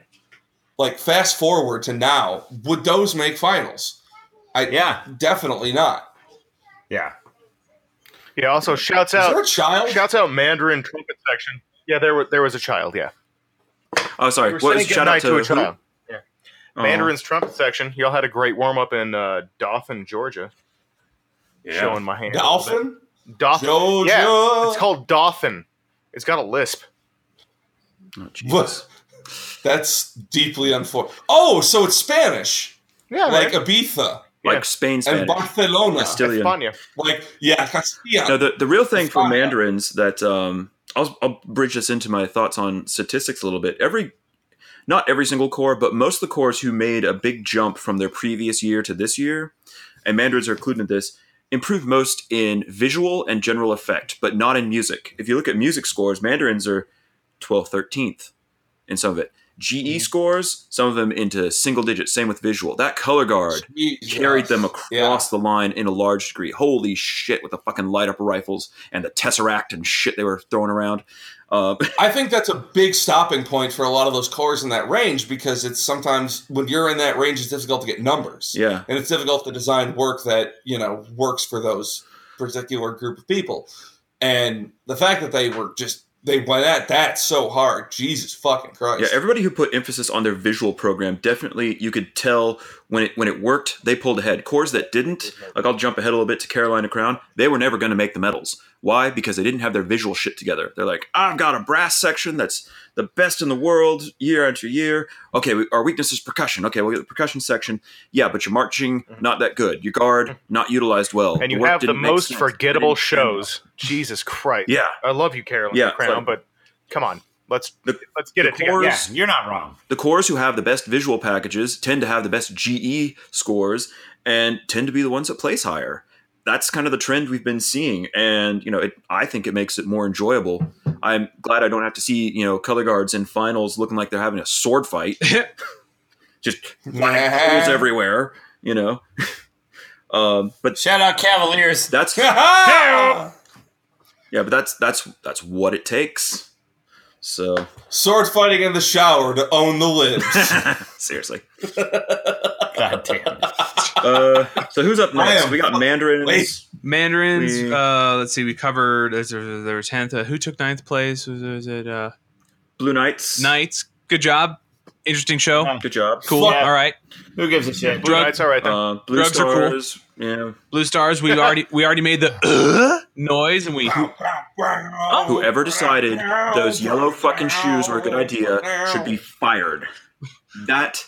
S6: Like fast forward to now, would those make finals? I
S2: Yeah.
S6: definitely not.
S2: Yeah.
S1: Yeah. Also, shouts
S6: Is there
S1: out,
S6: a child?
S1: shouts out Mandarin trumpet section. Yeah, there was there was a child. Yeah,
S7: oh,
S1: we
S7: sorry.
S1: were saying
S7: What was shout
S1: goodnight
S7: out to,
S1: to, a
S7: who?
S1: child.
S7: Oh.
S1: Mandarin's trumpet section. Y'all had a great warm up in uh, Dauphin, Georgia. Showing my hand. a little bit.
S6: Dolphin?
S1: Dauphin.
S6: Georgia.
S1: Oh, Yeah, it's called Dauphin. It's got a lisp.
S7: Oh, Jesus.
S6: What? That's deeply unfortunate. Oh, so it's Spanish,
S1: Yeah,
S6: like
S1: right.
S6: Ibiza
S7: Like
S1: Yeah.
S7: Spain,
S6: and
S7: Spanish.
S6: Barcelona.
S7: Castilian.
S1: España.
S6: Like, yeah, Castilla.
S7: No, the, the real thing for
S6: España.
S7: mandarins that um, I'll, I'll bridge this into my thoughts on statistics a little bit. Every, not every single core, but most of the cores who made a big jump from their previous year to this year, and mandarins are included in this, improve most in visual and general effect, but not in music. If you look at music scores, mandarins are 12th, 13th in some of it. GE scores, some of them into single digits. Same with visual. That color guard
S6: Jesus.
S7: carried them across
S6: Yeah.
S7: the line in a large degree. Holy shit, with the fucking light up rifles and the tesseract and shit they were throwing around. Uh,
S6: I think that's a big stopping point for a lot of those cores in that range because it's sometimes when you're in that range, it's difficult to get numbers.
S7: yeah,
S6: and it's difficult to design work that you know works for those particular group of people and the fact that they were just they went at that so hard jesus fucking christ
S7: yeah. Everybody who put emphasis on their visual program definitely you could tell when it when it worked. They pulled ahead. Cores that didn't, like I'll jump ahead a little bit to Carolina Crown. They were never going to make the medals. Why? Because they didn't have their visual shit together. They're like, I've got a brass section that's the best in the world year after year. Okay, we, our weakness is percussion. Okay, we'll get the percussion section. Yeah, but your marching not that good. Your guard not utilized well.
S1: Mm-hmm. And you
S7: work
S1: have the
S7: didn't make
S1: most
S7: sense.
S1: forgettable
S7: They didn't stand
S1: shows. Jesus Christ.
S7: Yeah.
S1: I love you, Carolyn
S7: Yeah,
S1: Crown,
S7: like-
S1: but come on. Let's
S7: The-
S1: let's get it together.
S7: cores-
S2: Yeah. You're not wrong.
S7: the cores who have the best visual packages tend to have the best GE scores and tend to be the ones that place higher. That's kind of the trend we've been seeing, and you know, it, I think it makes it more enjoyable. I'm glad I don't have to see you know color guards in finals looking like they're having a sword fight, just black holes everywhere. You know, Um, but
S2: shout out Cavaliers.
S7: That's yeah, but that's that's that's what it takes. So
S6: sword fighting in the shower to own the libs.
S7: seriously.
S2: God damn it.
S7: Uh, so who's up next? We got Mandarins.
S10: Wait. Mandarins.
S7: We-
S10: uh, let's see. We covered. uh, There was tenth. Uh, who took ninth place? Was, was it uh,
S7: Blue Knights.
S10: Knights? Good job. Interesting show.
S4: Um,
S7: Good job.
S10: Cool.
S2: Yeah.
S10: All right.
S2: Who gives a shit?
S1: Blue
S10: Drug-
S1: Knight's all right then.
S7: Uh, Blue
S10: Drugs are cool.
S7: Stars. Yeah.
S10: Blue Stars. We already we already made the uh, noise, and we oh,
S7: Whoever decided those yellow fucking shoes were a good idea should be fired. That,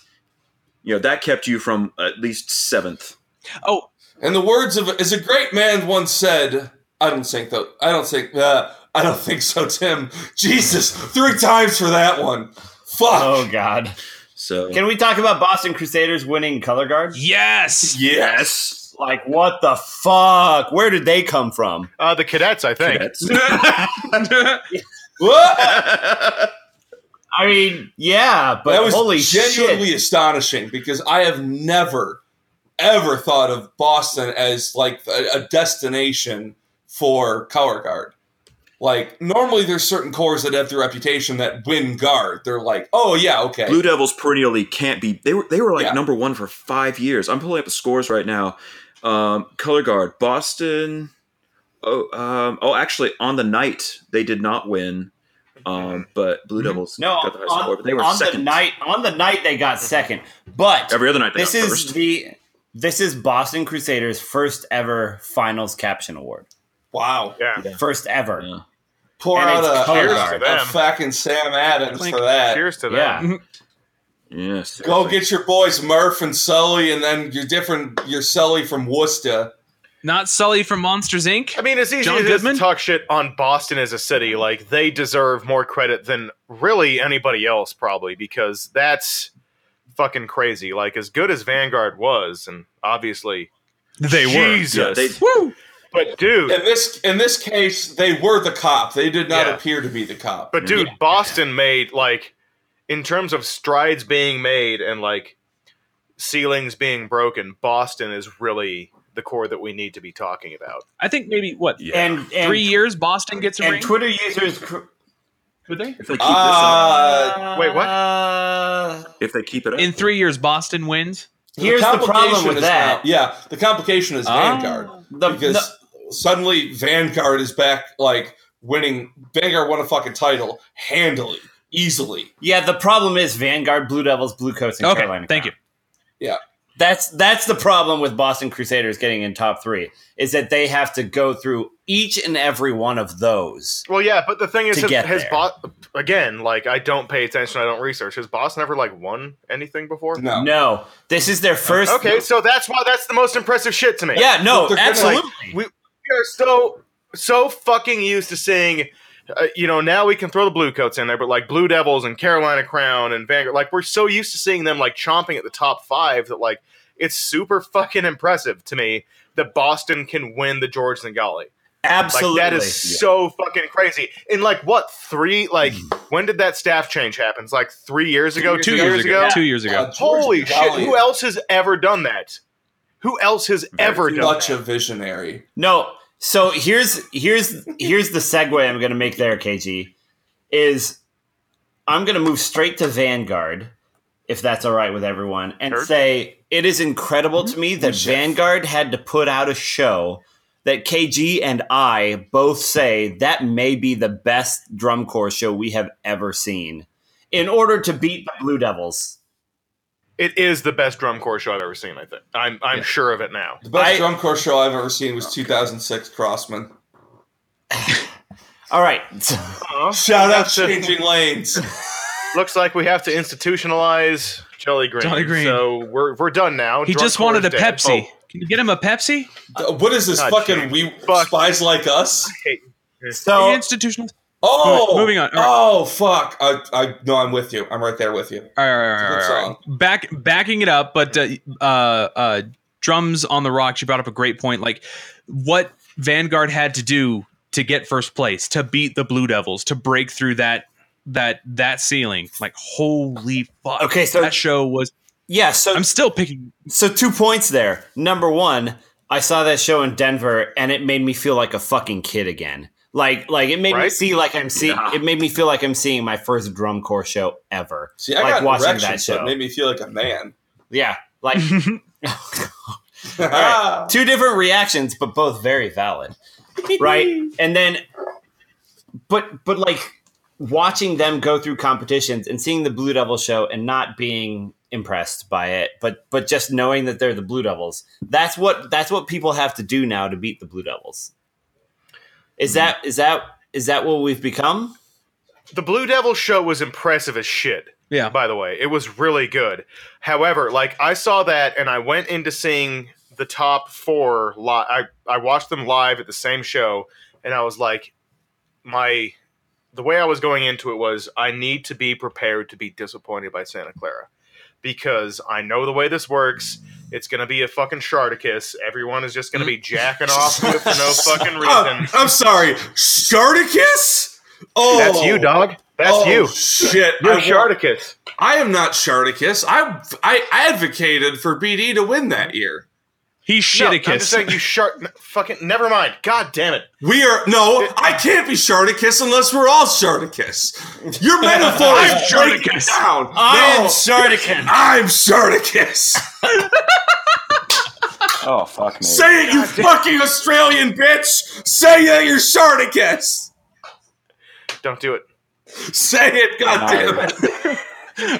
S7: you know, that kept you from at least seventh.
S10: oh
S6: In the words of as a great man once said, I don't think though. I don't think. Uh, I don't think so, Tim. Jesus, three times for that one. Fuck.
S2: Oh God!
S7: So
S2: Can we talk about Boston Crusaders winning color guard?
S10: yes.
S7: yes,
S2: Like what the fuck? Where did they come from?
S1: Uh, the cadets, I think.
S7: that's
S6: What?
S2: I mean, yeah, but
S6: that was
S2: holy
S6: genuinely
S2: shit!
S6: astonishing because I have never, ever thought of Boston as like a, a destination for color guard. Like normally, there's certain cores that have the reputation that win guard. They're like, oh yeah, okay.
S7: Blue Devils perennially can't be. They were they were like
S6: Yeah.
S7: number one for five years. I'm pulling up the scores right now. Um, color guard Boston. Oh, um, oh, actually, on the night they did not win, um, but
S4: Mm-hmm.
S7: Blue Devils
S2: No,
S7: got the highest score.
S2: on,
S7: But they were
S2: on
S7: second
S2: the night on the night they
S10: Mhm.
S2: got second, but
S7: every other night. They
S2: this
S7: got
S2: is
S7: first.
S2: the this is Boston Crusaders' first ever finals caption award.
S6: wow.
S1: Yeah.
S2: First ever.
S7: Yeah.
S6: Pour
S2: And
S6: out
S2: it's
S6: a,
S2: color
S1: guard.
S6: a, a fucking Sam Adams for that.
S1: Cheers to
S2: Yeah.
S1: that.
S7: yes.
S6: Go get your boys Murph and Sully, and then your different your Sully from Worcester.
S10: Not Sully from Monsters Inc.
S1: I mean, as easy
S10: John
S1: as it is
S10: Goodman?
S1: to talk shit on Boston as a city, like they deserve more credit than really anybody else, probably, because that's fucking crazy. Like as good as Vanguard was, and obviously
S10: They were.
S1: Jesus,
S7: Yeah, they,
S10: Woo.
S1: but dude,
S6: In this in this case, they were the cop. They did not
S1: Yeah.
S6: appear to be the cop.
S1: But dude, Boston made like in terms of strides being made and like ceilings being broken, Boston is really the core that we need to be talking about.
S10: I think maybe what
S7: yeah.
S2: And, and
S10: three years Boston gets a
S2: and
S10: ring.
S2: Twitter users cr-
S10: Would they?
S7: if they keep this up,
S6: Uh,
S1: Wait, what?
S2: Uh,
S7: if they keep it up,
S10: In three years, Boston wins.
S2: here's the, problem
S6: complication
S2: with
S6: is
S2: that. Um,
S6: now- yeah, the complication is Vanguard
S2: The-
S6: because suddenly Vanguard is back, like winning. Vanguard won a fucking title handily, easily.
S2: Yeah, the problem is Vanguard, Blue Devils, Blue Coats, and
S10: Okay,
S2: Carolina.
S10: thank
S2: Crown.
S6: you. Yeah.
S2: That's that's the problem with Boston Crusaders getting in top three is that they have to go through each and every one of those.
S1: Well, yeah, but the thing is,
S2: To
S1: has,
S2: get
S1: has
S2: there.
S1: Bo- again, like I don't pay attention, I don't research. Has Boston ever like won anything before?
S6: No,
S2: No, this is their first.
S1: Oh. Okay, so that's why that's the most impressive shit to me.
S2: Yeah, no,
S6: But they're gonna,
S2: absolutely.
S1: we, we are so so fucking used to seeing uh, you know now we can throw the blue coats in there but like blue devils and carolina crown and vanguard like we're so used to seeing them like chomping at the top five that like it's super fucking impressive to me that boston can win the george and golly like
S2: absolutely.
S1: that is so fucking crazy in like what three like
S10: Mm.
S1: when did that staff change happen it's like three years ago
S10: Two years ago. Two years ago.
S6: Uh,
S1: holy
S6: George
S1: shit
S6: Galli
S1: who else has ever done that who else has ever
S6: is
S1: done
S6: Such
S1: that?
S6: a visionary.
S2: No. So here's here's here's the segue I'm going to make there, KG. Is I'm going to move straight to Vanguard, if that's all right with everyone, and
S1: Sure.
S2: say it is incredible to me that Vanguard had to put out a show that KG and I both say that may be the best drum corps show we have ever seen, in order to beat the Blue Devils.
S1: It is the best drum corps show I've ever seen. I think I'm I'm sure of it now.
S6: The best
S2: I-
S6: drum corps show I've ever seen was 2006 Crossman.
S2: All right,
S1: Uh-huh.
S6: Shout out
S1: That's a-
S6: changing lanes.
S1: Looks like we have to institutionalize Jelly Green.
S10: Jelly Green.
S1: So we're we're done now.
S10: He
S1: Drum
S10: just
S1: corps
S10: wanted a
S1: is dead.
S10: Pepsi.
S1: Oh,
S10: Can you get him a Pepsi?
S6: what is this
S1: God,
S6: fucking we
S1: Fuck.
S6: spies like us?
S2: so
S10: Institutional.
S6: Oh,
S10: Alright, moving on.
S6: Oh fuck! I, I no, I'm with you. I'm right there with you.
S10: All right, all right, all
S6: Good
S10: right, all
S6: song.
S10: right. Back backing it up, but uh, uh, uh, drums on the rocks. You brought up a great point. Like what Vanguard had to do to get first place, to beat the Blue Devils, to break through that that that ceiling. Like holy fuck!
S2: Okay, so-
S10: that show was.
S2: yeah, so
S10: I'm still picking.
S2: So two points there. Number one, I saw that show in Denver and it made me feel like a fucking kid again. Like like it made me
S6: Right?
S2: see like I'm seeing
S6: Yeah.
S2: it made me feel like I'm seeing my first drum corps show ever.
S6: See, I
S2: like
S6: got erections, so it made me feel like a man.
S2: yeah, like All
S6: Ah!
S2: right. two different reactions, but both very valid, right? and then, but but like watching them go through competitions and seeing the Blue Devil show and not being impressed by it, but but just knowing that they're the Blue Devils. That's what that's what people have to do now to beat the Blue Devils. Is that is that is that what we've become?
S1: The Blue Devil show was impressive as shit.
S10: Yeah.
S1: By the way, it was really good. However, like I saw that and I went into seeing the top four live. I, I watched them live at the same show and I was like, my the way I was going into it was I need to be prepared to be disappointed by Santa Clara because I know the way this works. It's gonna be a fucking Sharticus. Everyone is just gonna be jacking off to it for no fucking reason.
S6: Ah, I'm sorry, Sharticus? Oh,
S1: That's you, dog. That's
S6: Oh,
S1: you.
S6: Shit,
S1: You're
S6: I wa-
S1: Sharticus.
S6: I am not Sharticus. I I advocated for BD to win that year.
S10: He's
S1: No, I'm just saying you shart. n- Fucking. Never mind. God damn it.
S6: We are no. I can't be Sharticus unless we're all Sharticus. Your metaphor
S1: I'm
S6: is breaking
S10: Sharticus.
S6: down.
S2: I'm
S6: No.
S2: Shardican.
S6: I'm Sharticus.
S7: Oh fuck me.
S6: Say it, you fucking Australian bitch. Say that you're Sharticus.
S1: Don't do it.
S6: Say it, goddammit.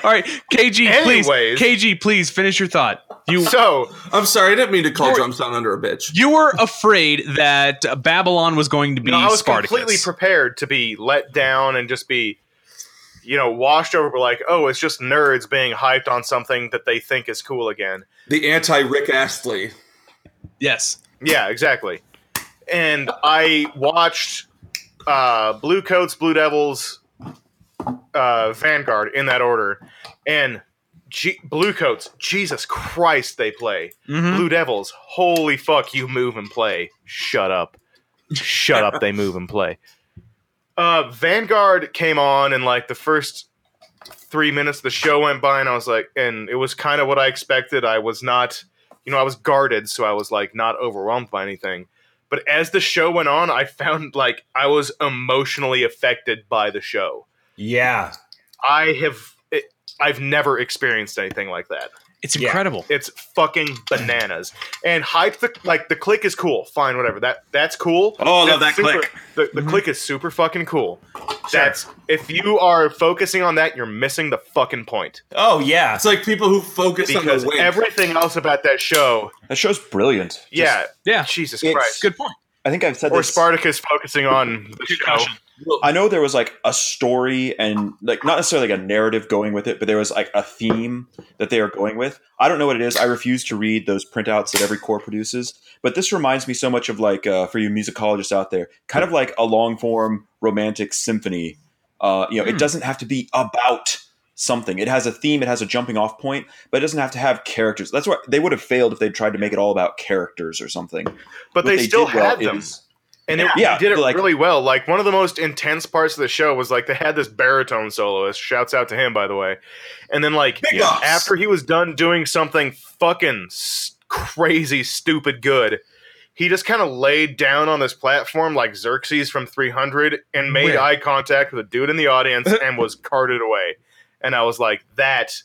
S10: All right, KG,
S1: Anyways.
S10: please, KG, please finish your thought. You
S1: So
S6: I'm sorry. I didn't mean to call Drums Down Under a bitch.
S10: you were afraid that Babylon was going to be
S1: no, I was
S10: Spartacus.
S1: completely prepared to be let down and just be, you know, washed over. by like, oh, it's just nerds being hyped on something that they think is cool again.
S6: The anti Rick Astley.
S10: yes.
S1: Yeah, exactly. And I watched uh, Blue Coats, Blue Devils, uh, Vanguard in that order, and G- Blue Coats. Jesus Christ, they play
S10: Hmm?
S1: Blue Devils. Holy fuck, you move and play. Shut up, shut up. They move and play. Uh, Vanguard came on, and like the first three minutes of the show went by, and I was like, and it was kind of what I expected. I was not you know, I was guarded, so I was like not overwhelmed by anything. But as the show went on, I found like I was emotionally affected by the show.
S2: Yeah,
S1: I have it, I've never experienced anything like that.
S10: It's
S2: Yeah.
S10: incredible.
S1: It's fucking bananas. And hype the like the click is cool. Fine, whatever. That that's cool.
S7: Oh, I love
S1: That's
S7: that
S1: super-
S7: click.
S1: The, the click is super fucking cool. That's if you are focusing on that, you're missing the fucking point
S2: Oh yeah.
S6: It's like people who focus on
S1: because
S6: the win.
S1: everything else about that show.
S7: That show's brilliant.
S1: Yeah,
S10: Yeah.
S1: Jesus
S7: It's-
S1: Christ.
S10: Good point.
S7: I think I've said
S1: or
S7: this.
S1: Spartacus focusing on the show.
S7: I know there was like a story and like not necessarily like a narrative going with it, but there was like a theme that they are going with. I don't know what it is. I refuse to read those printouts that every core produces. But this reminds me so much of like uh, for you musicologists out there, kind of like a long form romantic symphony. Uh, you know,
S1: Hmm.
S7: it doesn't have to be about something. It has a theme. It has a jumping off point, but it doesn't have to have characters. That's why they would have failed if they tried to make it all about characters or something.
S1: but
S7: What
S1: they, still
S7: did well
S1: had them,
S7: is-
S1: and it,
S7: Yeah,
S1: they did it
S7: like-
S1: really well. Like one of the most intense parts of the show was like they had this baritone soloist. Shouts out to him, by the way. And then like
S6: Big ups.
S1: after he was done doing something fucking s- crazy, stupid good, he just kind of laid down on this platform like Xerxes from 300 and made
S10: Where?
S1: eye contact with a dude in the audience and was carted away. And I was like, that.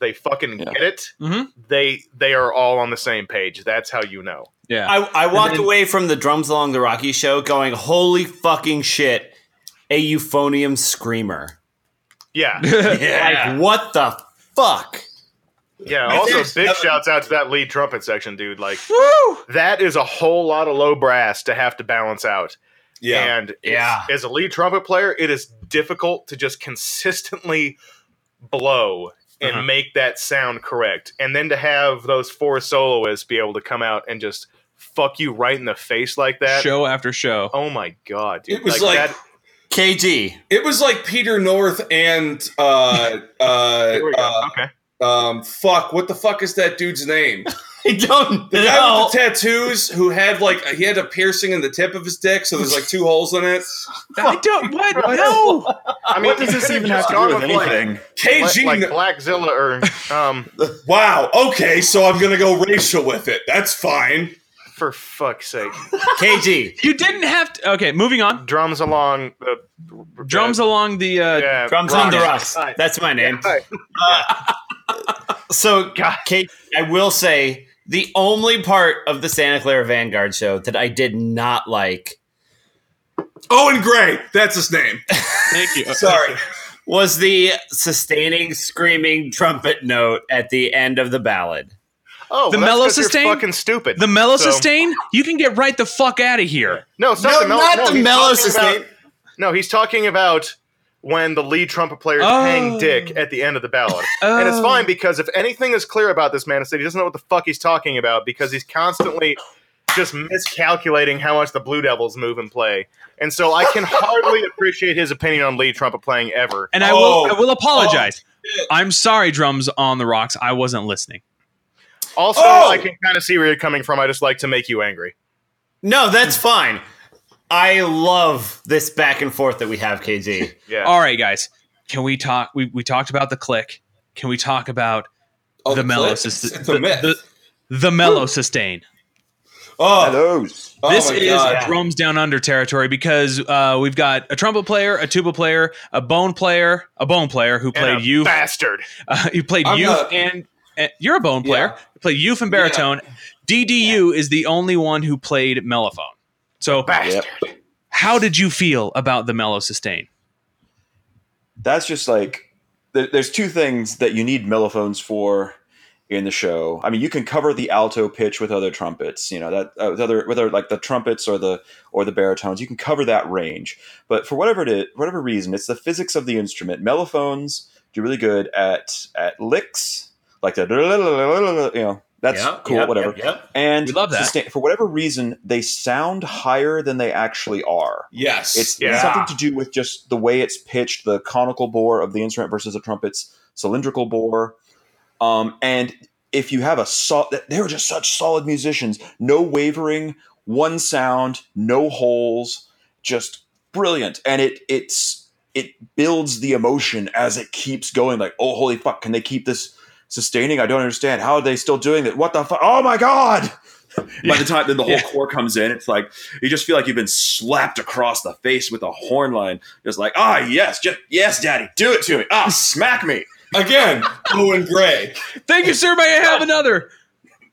S1: They fucking
S7: Yeah. Mm-hmm.
S1: get it.
S10: Mhm.
S1: They they are all on the same page. That's how you know.
S10: Yeah.
S2: I, I walked away from the Drums Along the Rocky show going, holy fucking shit, a euphonium screamer.
S1: Yeah.
S2: Like, what the fuck?
S1: Yeah. Also,
S6: there's
S1: big
S6: nothing-
S1: shouts out to that lead trumpet section, dude. Like, that is a whole lot of low brass to have to balance out.
S6: yeah.
S1: And
S2: Yeah.
S1: as a lead trumpet player, it is difficult to just consistently blow and
S2: Uh-huh.
S1: make that sound correct, and then to have those four soloists be able to come out and just fuck you right in the face like that.
S10: show after show.
S1: Oh my god, dude!
S6: It was like-
S1: that,
S2: KG.
S6: It was like Peter North and uh uh,
S1: There we go.
S6: uh
S1: okay.
S6: um fuck, what the fuck is that dude's name?
S2: I don't
S6: The guy
S2: know.
S6: with the tattoos who had like he had a piercing in the tip of his dick, so there's like two holes in it.
S10: I don't. What? No.
S1: I mean,
S7: what does this even have to do with anything?
S6: KG
S1: Like,
S6: no-
S1: like Blackzilla or um,
S6: Wow, okay, so I'm gonna go racial with it. That's fine.
S1: For fuck's sake.
S2: KG.
S10: You didn't have to. Okay, moving on.
S1: Drums along uh, the.
S10: Drums along the. Uh,
S1: yeah,
S2: Drums on the rocks. That's my name. Uh,
S1: Right.
S2: So, Kate, I will say the only part of the Santa Clara Vanguard show that I did not like
S6: Owen Gray, that's his name.
S10: Thank you.
S2: Sorry. was the sustaining screaming trumpet note at the end of the ballad.
S1: Oh,
S10: The
S1: well, that's
S10: mellow
S1: 'cause you're
S10: sustain?
S1: Fucking stupid.
S10: The mellow
S1: So-
S10: sustain? You can get right the fuck out of here.
S1: No, it's not
S2: No,
S1: the mellow.
S2: not
S1: no,
S2: the
S1: he's
S2: mellow
S1: talking about-
S2: sustain.
S1: no, he's talking about when the lead trumpet players
S10: Oh.
S1: hang dick at the end of the ballad. And it's
S10: Oh.
S1: fine because if anything is clear about this man, it's that he doesn't know what the fuck he's talking about because he's constantly just miscalculating how much the Blue Devils move and play. And so I can hardly appreciate his opinion on lead trumpet playing ever.
S10: And I
S6: Oh.
S10: will I will apologize.
S1: Oh,
S10: I'm sorry, drums on the rocks. I wasn't listening.
S1: Also,
S6: Oh.
S1: I can kind of see where you're coming from. I just like to make you angry.
S2: No, that's fine. I love this back and forth that we have, KG.
S1: Yeah.
S10: All right, guys. Can we talk we, we talked about the click. Can we talk about
S6: Oh,
S10: the, mellow
S6: clip?
S10: sustain
S6: It's
S10: the,
S6: a myth.
S10: the, the mellow sustain.
S6: oh,
S4: Hellos.
S6: oh
S10: this
S6: my
S10: is
S6: God.
S10: drums down under territory because uh, we've got a trumpet player, a tuba player, a bone player, a bone player who
S1: And
S10: played
S1: a
S10: you
S1: bastard.
S10: Uh, you played
S6: I'm
S10: youth
S6: not-
S10: and, and you're a bone player. You played youth and baritone. DDU is the only one who played mellophone. So,
S1: Bastard.
S10: how did you feel about the mellow sustain?
S4: That's just like there, there's two things that you need mellophones for in the show. I mean, you can cover the alto pitch with other trumpets, you know, that uh, with other whether like the trumpets or the or the baritones, you can cover that range. But for whatever it is, whatever reason, it's the physics of the instrument. Mellophones do really good at at licks, like the you know, that's
S2: Yep,
S4: cool,
S2: yep,
S4: whatever.
S2: yep, yep.
S4: And
S10: We love that.
S4: sustain- for whatever reason, they sound higher than they actually are.
S6: yes.
S4: It's
S1: Yeah.
S4: something to do with just the way it's pitched, the conical bore of the instrument versus the trumpet's cylindrical bore. Um, and if you have a solid, they were just such solid musicians. No wavering, one sound, no holes, just brilliant. And it it's it builds the emotion as it keeps going. Like, oh holy fuck, can they keep this sustaining? I don't understand. How are they still doing it? What the fuck? Oh my god! By the time then the whole
S10: Yeah.
S4: core comes in, it's like you just feel like you've been slapped across the face with a horn line. Just like, ah, yes, just, yes, daddy, do it to me. Ah, smack me.
S6: Again, Owen Gray.
S10: Thank you, sir. May I have another?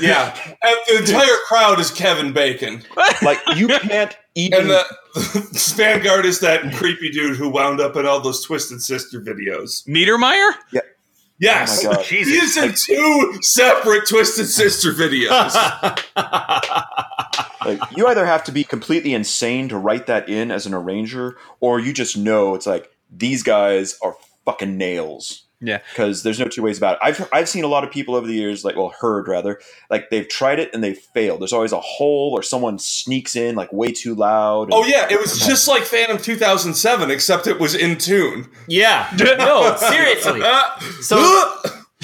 S6: Yeah. And the entire crowd is Kevin Bacon.
S4: Like you can't even.
S6: And the, the Vanguard is that creepy dude who wound up in all those Twisted Sister videos.
S10: Niedermeyer?
S6: Yes.
S4: Oh my God.
S6: He is in two separate Twisted Sister videos.
S4: like, you either have to be completely insane to write that in as an arranger, or you just know it's like these guys are fucking nails.
S10: Yeah.
S4: because there's no two ways about it. I've I've seen a lot of people over the years, like well, heard rather, like they've tried it and they failed. There's always a hole or someone sneaks in like way too loud. and-
S6: oh, yeah. It was just like Phantom 2007, except it was in tune. Uh,
S2: Yeah. No, seriously. So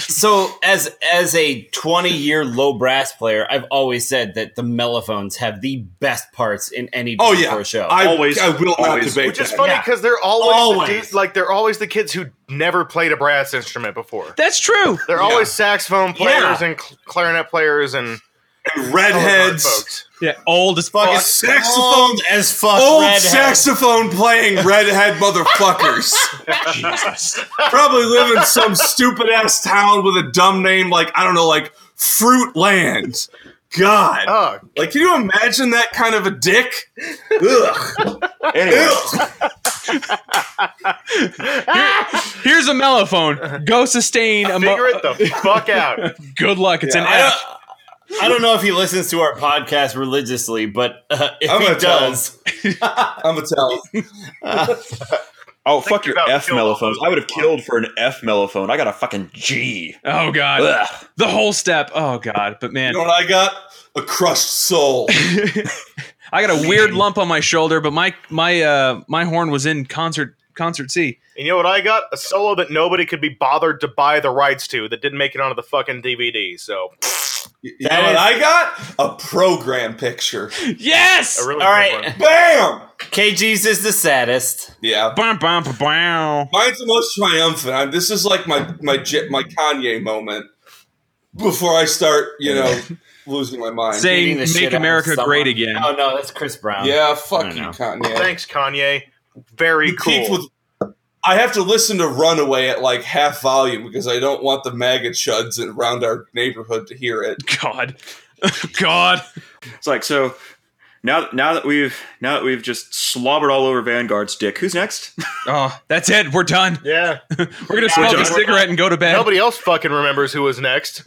S2: so as as a 20 year low brass player, I've always said that the mellophones have the best parts in any
S6: Oh
S2: dance
S6: yeah,
S2: floor show.
S6: I,
S4: Always.
S6: I will not
S4: Always.
S6: debate
S1: Which is
S6: that.
S1: funny
S2: Yeah.
S1: because they're always,
S2: Always.
S1: The dudes, like they're always the kids who never played a brass instrument before.
S10: That's true.
S1: They're always saxophone players
S2: Yeah.
S1: and cl- clarinet players and
S6: And
S1: colored
S6: redheads,
S1: folks.
S10: Yeah, old as fuck.
S2: fucking
S6: saxophone-
S2: old as fuck.
S6: old
S2: redhead.
S6: saxophone playing redhead motherfuckers. Probably live in some stupid ass town with a dumb name like I don't know, like Fruitland. God,
S1: Oh,
S6: like can you imagine that kind of a dick? Ugh.
S4: Anyway,
S10: Here's a mellophone. Go sustain a mo-
S1: figure it the fuck out.
S10: Good luck. It's
S2: I
S10: an F.
S2: don't, I don't know if he listens to our podcast religiously, but uh, if
S6: I'm
S2: he
S6: gonna tell
S2: does,
S6: I'm gonna tell.
S4: oh fuck your
S1: about
S4: F
S1: killing all
S4: mellophones.
S1: those
S4: I would have killed for an F mellophone. I got a fucking G.
S10: Oh god.
S4: Ugh.
S10: The whole step. Oh god. But man,
S6: You know what I got? A crushed soul.
S10: I got a weird lump on my shoulder, but my my uh my horn was in concert concert C.
S1: And you know what I got? A solo that nobody could be bothered to buy the rights to that didn't make it onto the fucking DVD. So
S6: You know
S2: That
S6: what
S2: is-
S6: I got? A program picture.
S10: Yes.
S1: a really
S2: all
S1: good
S2: right.
S1: one.
S6: Bam!
S2: KG's is the saddest.
S6: Yeah.
S10: Bum, bum, bum, bum.
S6: Mine's the most triumphant. I, this is like my my J- my Kanye moment. before I start, you know, losing my mind.
S10: Saying
S6: Beating the
S10: "Make
S6: shit out of
S10: America
S6: someone.
S10: Great Again."
S2: Oh no, that's Chris Brown.
S6: Yeah, fuck you,
S2: know.
S6: Kanye.
S1: Thanks, Kanye. Very
S6: peaked
S1: cool.
S6: with- I have to listen to Runaway at like half volume because I don't want the maggot chuds around our neighborhood to hear it.
S10: God, God.
S4: It's like so. Now, now that we've now that we've just slobbered all over Vanguard's dick, who's next?
S10: Oh, that's it. We're done.
S1: Yeah,
S10: we're gonna smoke a cigarette and go to bed.
S1: Nobody else fucking remembers who was next.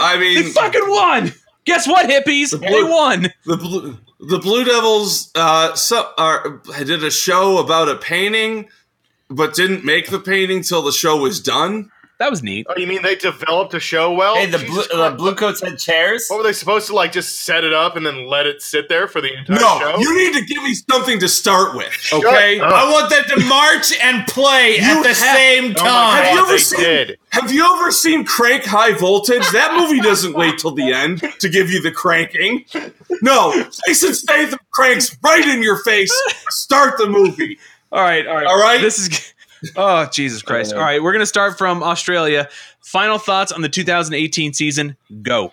S6: I mean,
S10: they fucking won. Guess what, hippies? they
S6: blue-
S10: won.
S6: The blue, the Blue Devils uh, so, are, did a show about a painting, but didn't make the painting till the show was done.
S10: That was neat.
S1: Oh, you mean they developed a show well?
S2: Hey, the
S1: Oh, Jesus
S2: blue, the blue coats had chairs.
S1: What were they supposed to like? Just set it up and then let it sit there for the entire
S6: No,
S1: show?
S6: you need to give me something to start with, okay?
S1: up.
S6: I
S2: I want them to march and play at the same
S1: Oh my
S2: time.
S6: Have you
S1: God,
S6: ever
S1: they
S6: seen?
S1: did.
S6: Have you ever seen Crank High Voltage? That movie doesn't wait till the end to give you the cranking. No, Jason Statham cranks right in your face. Start the movie.
S10: All right, all right,
S6: All right.
S10: This is. Oh Jesus Christ! All right, we're gonna start from Australia. Final thoughts on the 2018 season. Go.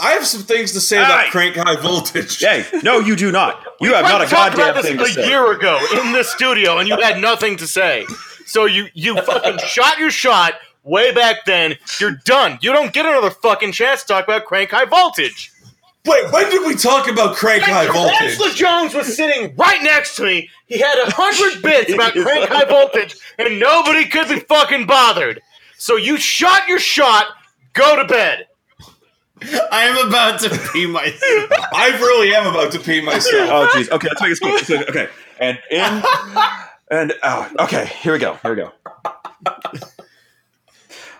S6: I have some things to say about
S1: Hey.
S6: Crank High Voltage.
S4: Hey, no, you do not. You have
S1: We
S4: not a
S1: talked about
S4: goddamn
S1: this
S4: thing to
S1: a
S4: say.
S1: year ago in this studio, and you had nothing to say. So you you fucking shot your shot way back then. You're done. You don't get another fucking chance to talk about crank high voltage.
S6: Wait, when did we talk about Crank High Voltage?
S1: Angela Jones was sitting right next to me. He had a hundred bits about crank high voltage, and nobody could be fucking bothered. So you shot your shot. Go to bed.
S2: I am about to pee myself.
S6: I really am about to pee myself.
S4: Oh jeez. Okay, let's make it quick. Let's make it- Okay, and in and out. Okay, here we go. Here we go.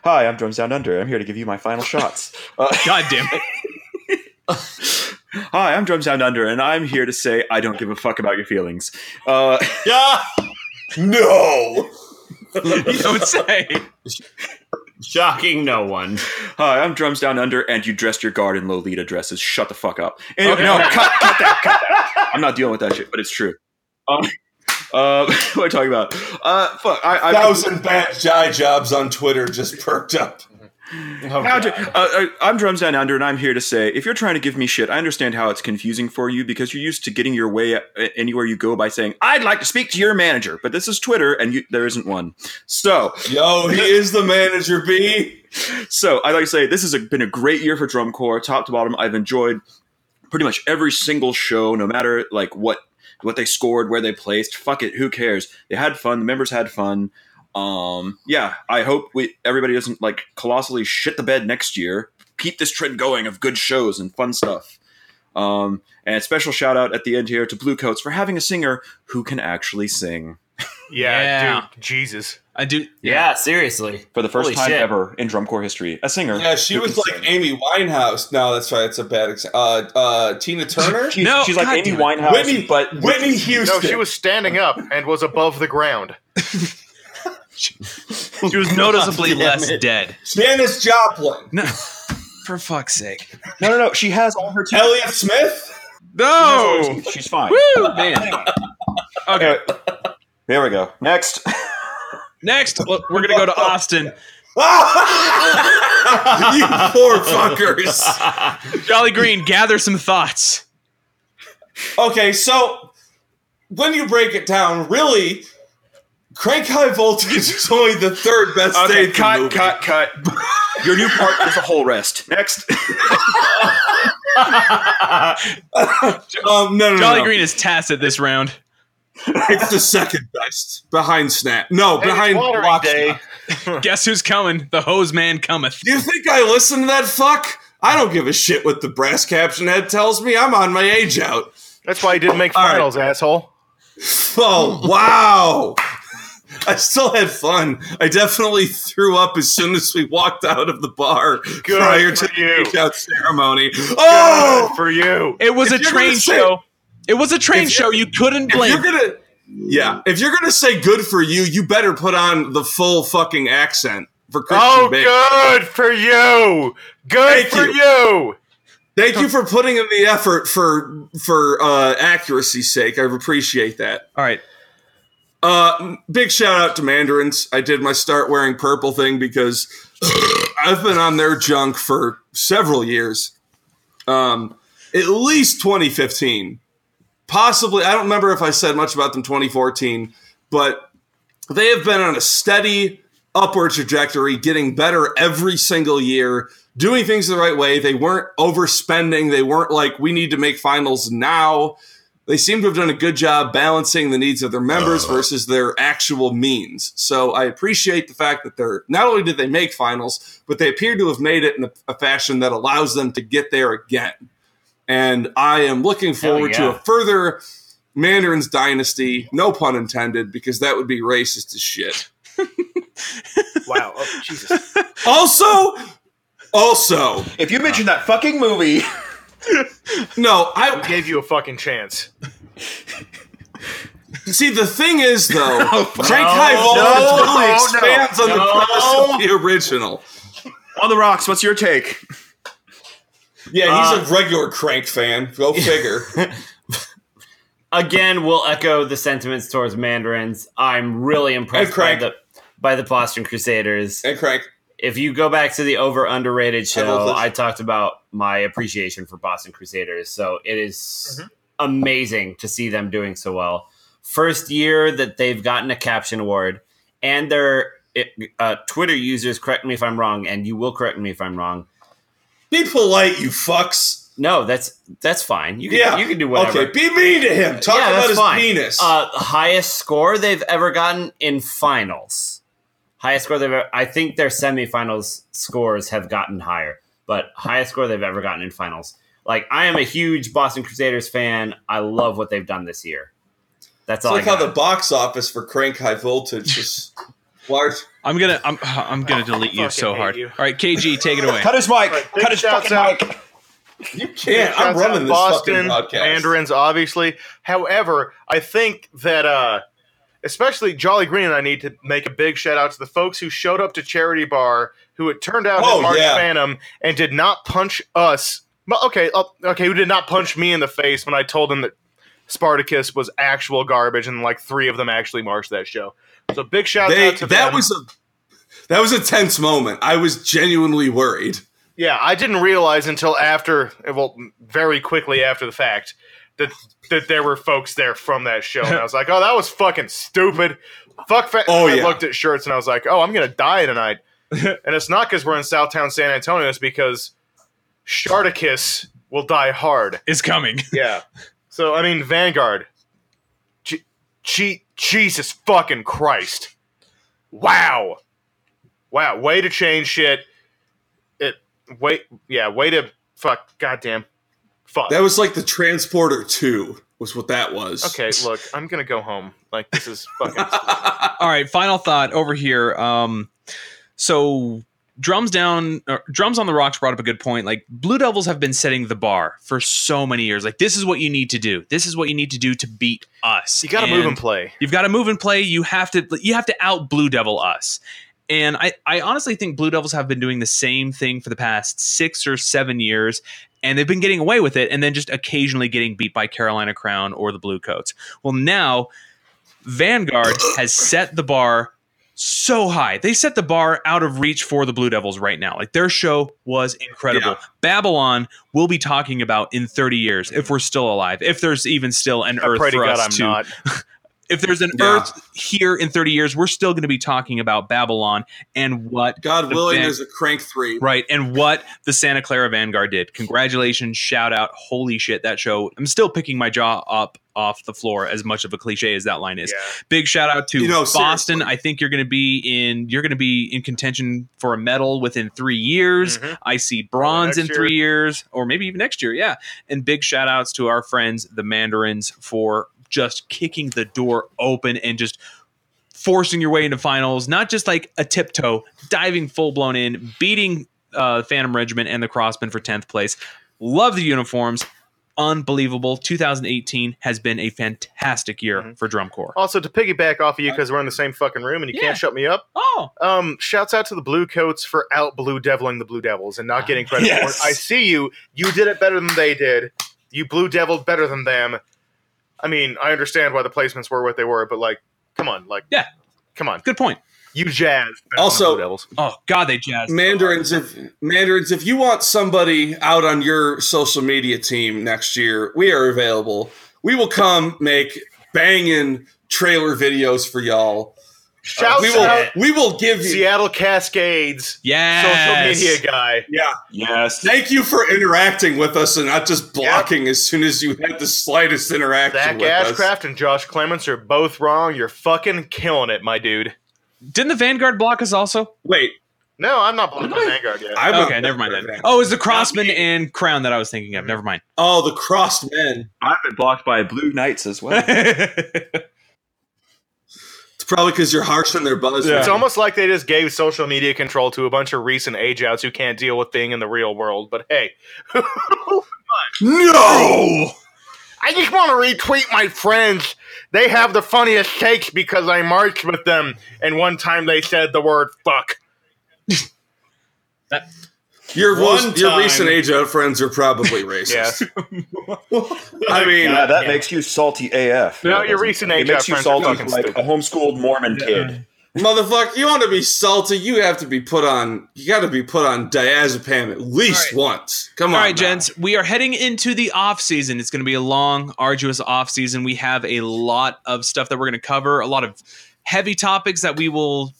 S4: Hi, I'm Drums Down Under. I'm here to give you my final shots. Uh,
S10: God damn it.
S4: hi, I'm Drums Down Under, and I'm here to say I don't give a fuck about your feelings. Uh,
S2: Yeah.
S6: No.
S10: You don't say.
S2: Shocking no one.
S4: hi, I'm Drums Down Under, and you dressed your guard in Lolita dresses. Shut the fuck up. Anyway,
S10: Okay.
S4: No, cut, cut that. Cut that. I'm not dealing with that shit, but it's true. Um, uh, what am I talking about? Uh, fuck. I, I,
S6: Thousand bad jai jobs on Twitter just perked up.
S4: Now, uh, uh, I'm Drums Down Under, and I'm here to say if you're trying to give me shit, I understand how it's confusing for you because you're used to getting your way a- anywhere you go by saying, I'd like to speak to your manager, but this is Twitter and you, there isn't one. So,
S6: Yo, he is the manager, B.
S4: so I'd like to say this has been a great year for drum corps, top to bottom. I've enjoyed pretty much every single show, no matter like what what they scored, where they placed. Fuck it, who cares? They had fun. The members had fun. Um, yeah, I hope we everybody doesn't like colossally shit the bed next year. Keep this trend going of good shows and fun stuff. Um, and special shout out at the end here to Bluecoats for having a singer who can actually sing
S1: Yeah,
S10: Yeah.
S1: dude. Jesus.
S10: I do.
S2: Yeah, seriously.
S4: for the first
S2: Holy
S4: time
S2: shit.
S4: ever in drum corps history. A singer.
S6: Yeah, she
S4: who
S6: was
S4: can
S6: like
S4: sing.
S6: Amy Winehouse. No, that's right. It's a bad example. Uh, uh, Tina Turner,
S4: She's,
S10: No,
S4: she's like
S10: God
S4: Amy
S10: damn it.
S4: Winehouse,
S6: Whitney,
S4: but
S6: Whitney Houston.
S1: No, she was standing up and was above the ground.
S10: She was noticeably less dead.
S6: Janis Joplin,
S10: No. For fuck's sake.
S4: No, no, no. She has all her. T-
S6: Elliot Smith.
S10: No.
S4: She's fine.
S10: Woo, man. Okay.
S4: There we go. Next.
S10: Next, look, we're gonna go to Austin.
S6: you poor fuckers.
S10: Jolly Green, gather some thoughts.
S6: Okay, so when you break it down, really, Crank High Voltage is only the third best
S4: Okay,
S6: thing.
S4: cut, cut, cut. Your new part is a whole rest. Next.
S6: Um, no, no, no,
S10: Jolly
S6: no.
S10: Green is tacit this round.
S6: It's the second best behind Snap. No,
S1: Hey, it's
S6: behind
S1: watering
S6: Lock
S1: day.
S6: Stock.
S10: Guess who's coming? The hose man cometh.
S6: Do you think I listen to that fuck? I don't give a shit what the brass caption head tells me. I'm on my age out.
S1: That's why he didn't make
S6: All right.
S1: finals, asshole.
S6: Oh, wow. I still had fun. I definitely threw up as soon as we walked out of the bar
S1: Good
S6: prior to
S1: for you.
S6: the age out ceremony. Oh,
S1: Good for you.
S10: It was
S6: If
S10: a
S6: you're gonna
S10: train
S6: say-
S10: show. It was a train
S6: If
S10: show. You couldn't
S6: if
S10: blame.
S6: you're gonna yeah, if you're gonna say good for you, you better put on the full fucking accent for Christian
S1: Oh,
S6: Bale.
S1: good for you. Good
S6: Thank
S1: for
S6: you.
S1: you.
S6: Thank you for putting in the effort for for uh, accuracy's sake. I appreciate that.
S10: All right.
S6: Uh, big shout out to Mandarins. I did my start wearing purple thing because I I've been on their junk for several years, um, at least 2015. Possibly, I don't remember if I said much about them 2014, but they have been on a steady upward trajectory, getting better every single year, doing things the right way. They weren't overspending. They weren't like, we need to make finals now. They seem to have done a good job balancing the needs of their members versus their actual means. So I appreciate the fact that they're not only did they make finals, but they appear to have made it in a, a fashion that allows them to get there again. And I am looking forward to
S2: yeah.
S6: a further Mandarin's dynasty, no pun intended, because that would be racist as shit.
S1: wow. Oh, Jesus.
S6: Also, also,
S4: if you mention that fucking movie,
S6: no, I
S1: gave you a fucking chance.
S6: See, the thing is, though, Shanghai
S4: no,
S6: Falls
S4: no,
S6: really
S4: no,
S6: expands on
S4: no.
S6: the premise of the original.
S4: on the rocks. What's your take? Uh,
S6: Yeah, he's a regular crank fan. Go figure.
S2: Again, we'll echo the sentiments towards Mandarins. I'm really impressed by
S6: Craig.
S2: the by the Boston Crusaders.
S6: And Craig,
S2: If you go back to the over underrated
S6: love
S2: show,
S6: this.
S2: I, talked about my appreciation for Boston Crusaders. So it is amazing to see them doing so well. First year that they've gotten a caption award, and their uh, Twitter users correct me if I'm wrong, and you will correct me if I'm wrong.
S6: be polite, you fucks.
S2: No, that's that's fine. You can
S6: Yeah.
S2: you can do whatever.
S6: Okay, be mean to him. Talk
S2: Yeah,
S6: about
S2: that's
S6: his
S2: fine.
S6: penis.
S2: Uh, highest score they've ever gotten in finals. Highest score they've ever, I think their semifinals scores have gotten higher, but highest score they've ever gotten in finals. Like I am a huge Boston Crusaders fan. I love what they've done this year. That's
S6: it's
S2: all
S6: like
S2: I
S6: how
S2: got.
S6: the box office for Crank High Voltage is large.
S10: I'm gonna I'm I'm
S6: Oh,
S10: gonna delete you so hard. All right, KG, take it away.
S4: Cut his mic.
S1: Right, big
S4: Cut his
S1: shouts
S4: fucking
S1: out.
S4: mic.
S6: You can't. I'm
S1: Shouts out
S6: running this
S1: Boston
S6: fucking podcast.
S1: Mandarins, obviously. However, I think that uh, especially Jolly Green and I need to make a big shout out to the folks who showed up to Charity Bar, who it turned out
S6: Oh,
S1: had Mark
S6: yeah.
S1: Phantom and did not punch us. Well, Okay, uh, okay, who did not punch me in the face when I told them that Spartacus was actual garbage, and like three of them actually marched that show. So big shout
S6: They,
S1: out to
S6: that
S1: them.
S6: was a that was a tense moment. I was genuinely worried.
S1: Yeah, I didn't realize until after, well, very quickly after the fact, that that there were folks there from that show, and I was like, "Oh, that was fucking stupid." Fuck. Fa-.
S6: Oh,
S1: I
S6: yeah.
S1: looked at shirts and I was like, "Oh, I'm gonna die tonight," and it's not because we're in Southtown San Antonio; it's because Sharticus will die hard.
S10: It's coming.
S1: Yeah. So I mean, Vanguard. Je- Je- Jesus fucking Christ! Wow, wow, way to change shit. It wait, yeah, way to fuck. Goddamn, fuck.
S6: That was like the Transporter Two was what that was.
S1: okay, look, I'm gonna go home. Like this is fucking.
S10: All right, final thought over here. Um, so drums down, or drums on the rocks brought up a good point. Like Blue Devils have been setting the bar for so many years. Like this is what you need to do. This is what you need to do to beat us.
S1: you gotta move
S10: And-
S1: and play.
S10: You've got to move and play. You have to you have to out Blue Devil us. And I, I honestly think Blue Devils have been doing the same thing for the past six or seven years, and they've been getting away with it, and then just occasionally getting beat by Carolina Crown or the Blue Coats. Well, now Vanguard has set the bar so high. They set the bar out of reach for the Blue Devils right now. Like their show was incredible.
S6: Yeah.
S10: Babylon we'll be talking about in 30 years if we're still alive, if there's even still an
S1: I
S10: Earth
S1: pray to
S10: for
S1: God
S10: us
S1: I'm
S10: to
S1: not.
S10: if there's an
S6: Yeah.
S10: Earth here in 30 years, we're still going to be talking about Babylon and what,
S6: God
S10: The
S6: willing,
S10: Van-
S6: there's a Crank Three.
S10: right, and what the Santa Clara Vanguard did. Congratulations, shout out, holy shit, that show. I'm still picking my jaw up off the floor, as much of a cliche as that line is.
S1: Yeah.
S10: Big shout out to
S6: You know,
S10: Boston.
S6: seriously.
S10: I think you're going to be in you're going to be in contention for a medal within three years.
S1: Mhm.
S10: I see bronze in
S1: next
S10: three years, or maybe even next year. Yeah. And big shout outs to our friends, the Mandarins, for just kicking the door open and just forcing your way into finals, not just like a tiptoe, diving full blown in, beating uh, Phantom Regiment and the Crossman for 10th place. Love the uniforms. Unbelievable. 2018 has been a fantastic year
S1: Mm-hmm.
S10: for Drum Corps.
S1: Also, to piggyback off of you because we're in the same fucking room and you
S10: Uh, Yeah.
S1: can't shut me up.
S10: Oh,
S1: Um, shouts out to the Blue Coats for out blue deviling the Blue Devils and not getting credit
S4: Yes.
S1: for it. I see you. You did it better than they did. You blue deviled better than them. I mean, I understand why the placements were what they were, but like, come on, like,
S10: Yeah.
S1: come on.
S10: good point.
S1: You jazz.
S6: Also,
S10: oh god, they jazz.
S6: Mandarins, if Mandarins, if you want somebody out on your social media team next year, we are available. We will come make banging trailer videos for y'all.
S1: Shout
S6: we
S1: out.
S6: will we will give you
S1: Seattle Cascades.
S10: Yes.
S1: Social media guy.
S6: Yeah.
S7: Yes.
S6: Thank you for interacting with us and not just blocking as soon as you had the slightest interaction
S1: Zach
S6: with us.
S1: Ashcraft and Josh Clements are both wrong. You're fucking killing it, my dude.
S10: Didn't the Vanguard block us also?
S6: Wait.
S1: No, I'm not blocking Vanguard yet.
S6: I'm not
S10: okay, never mind
S6: Vanguard
S10: then.
S6: fan.
S10: Oh, it was the Crossman and Crown that I was thinking of. Never mind.
S6: Oh, the crossed men.
S7: I've been blocked by Blue Knights as well.
S6: Mm-hmm. It's probably because you're harsh on their buzz.
S1: It's almost like they just gave social media control to a bunch of recent age outs who can't deal with being in the real world. But hey,
S6: no.
S1: I just want to retweet my friends. They have the funniest takes because I marched with them, and one time they said the word "fuck."
S6: Your
S1: One
S6: most- your
S1: time-
S6: recent age out friends are probably racist. I mean,
S4: yeah, that makes you salty AF.
S1: No,
S4: Yeah, it
S1: your
S4: doesn't.
S1: recent
S4: It
S1: age
S4: makes you
S1: reference
S4: salty
S1: is fucking
S4: like a homeschooled Mormon kid.
S6: motherfucker, you want to be salty? You have to be put on. You got to be put on diazepam at least once. Come on,
S10: All right,
S6: now.
S10: gents, we are heading into the off season. It's going to be a long, arduous off season. We have a lot of stuff that we're going to cover, a lot of heavy topics that we will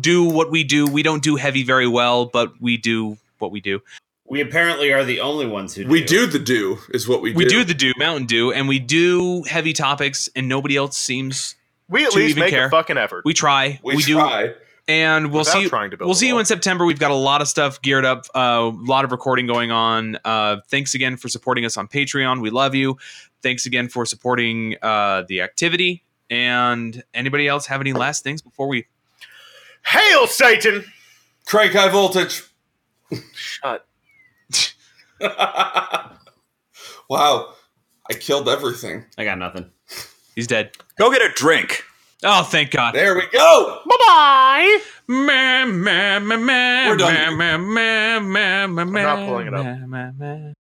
S10: do what we do. We don't do heavy very well, but we do what we do.
S2: We apparently are the only ones who.
S6: We do the do is what we do.
S10: We do the do Mountain Dew, and we do heavy topics, and nobody else seems.
S1: We at
S10: to
S1: least
S10: even
S1: make
S10: care.
S1: a fucking effort.
S10: We try.
S6: We,
S10: We, do.
S6: try.
S10: and we'll
S1: Without
S10: see.
S1: trying to build
S10: we'll
S1: a
S10: see you
S1: wall.
S10: in September. We've got a lot of stuff geared up. uh, A lot of recording going on. Uh, thanks again for supporting us on Patreon. We love you. Thanks again for supporting uh, the activity. And anybody else have any last things before we?
S1: Hail Satan!
S6: Crank high voltage.
S1: Shut.
S6: Wow, I killed everything.
S2: I got nothing.
S10: He's dead.
S7: Go get a drink.
S10: Oh, thank God.
S6: There we go.
S1: Bye bye.
S10: We're done.
S6: done.
S1: I'm not pulling it up.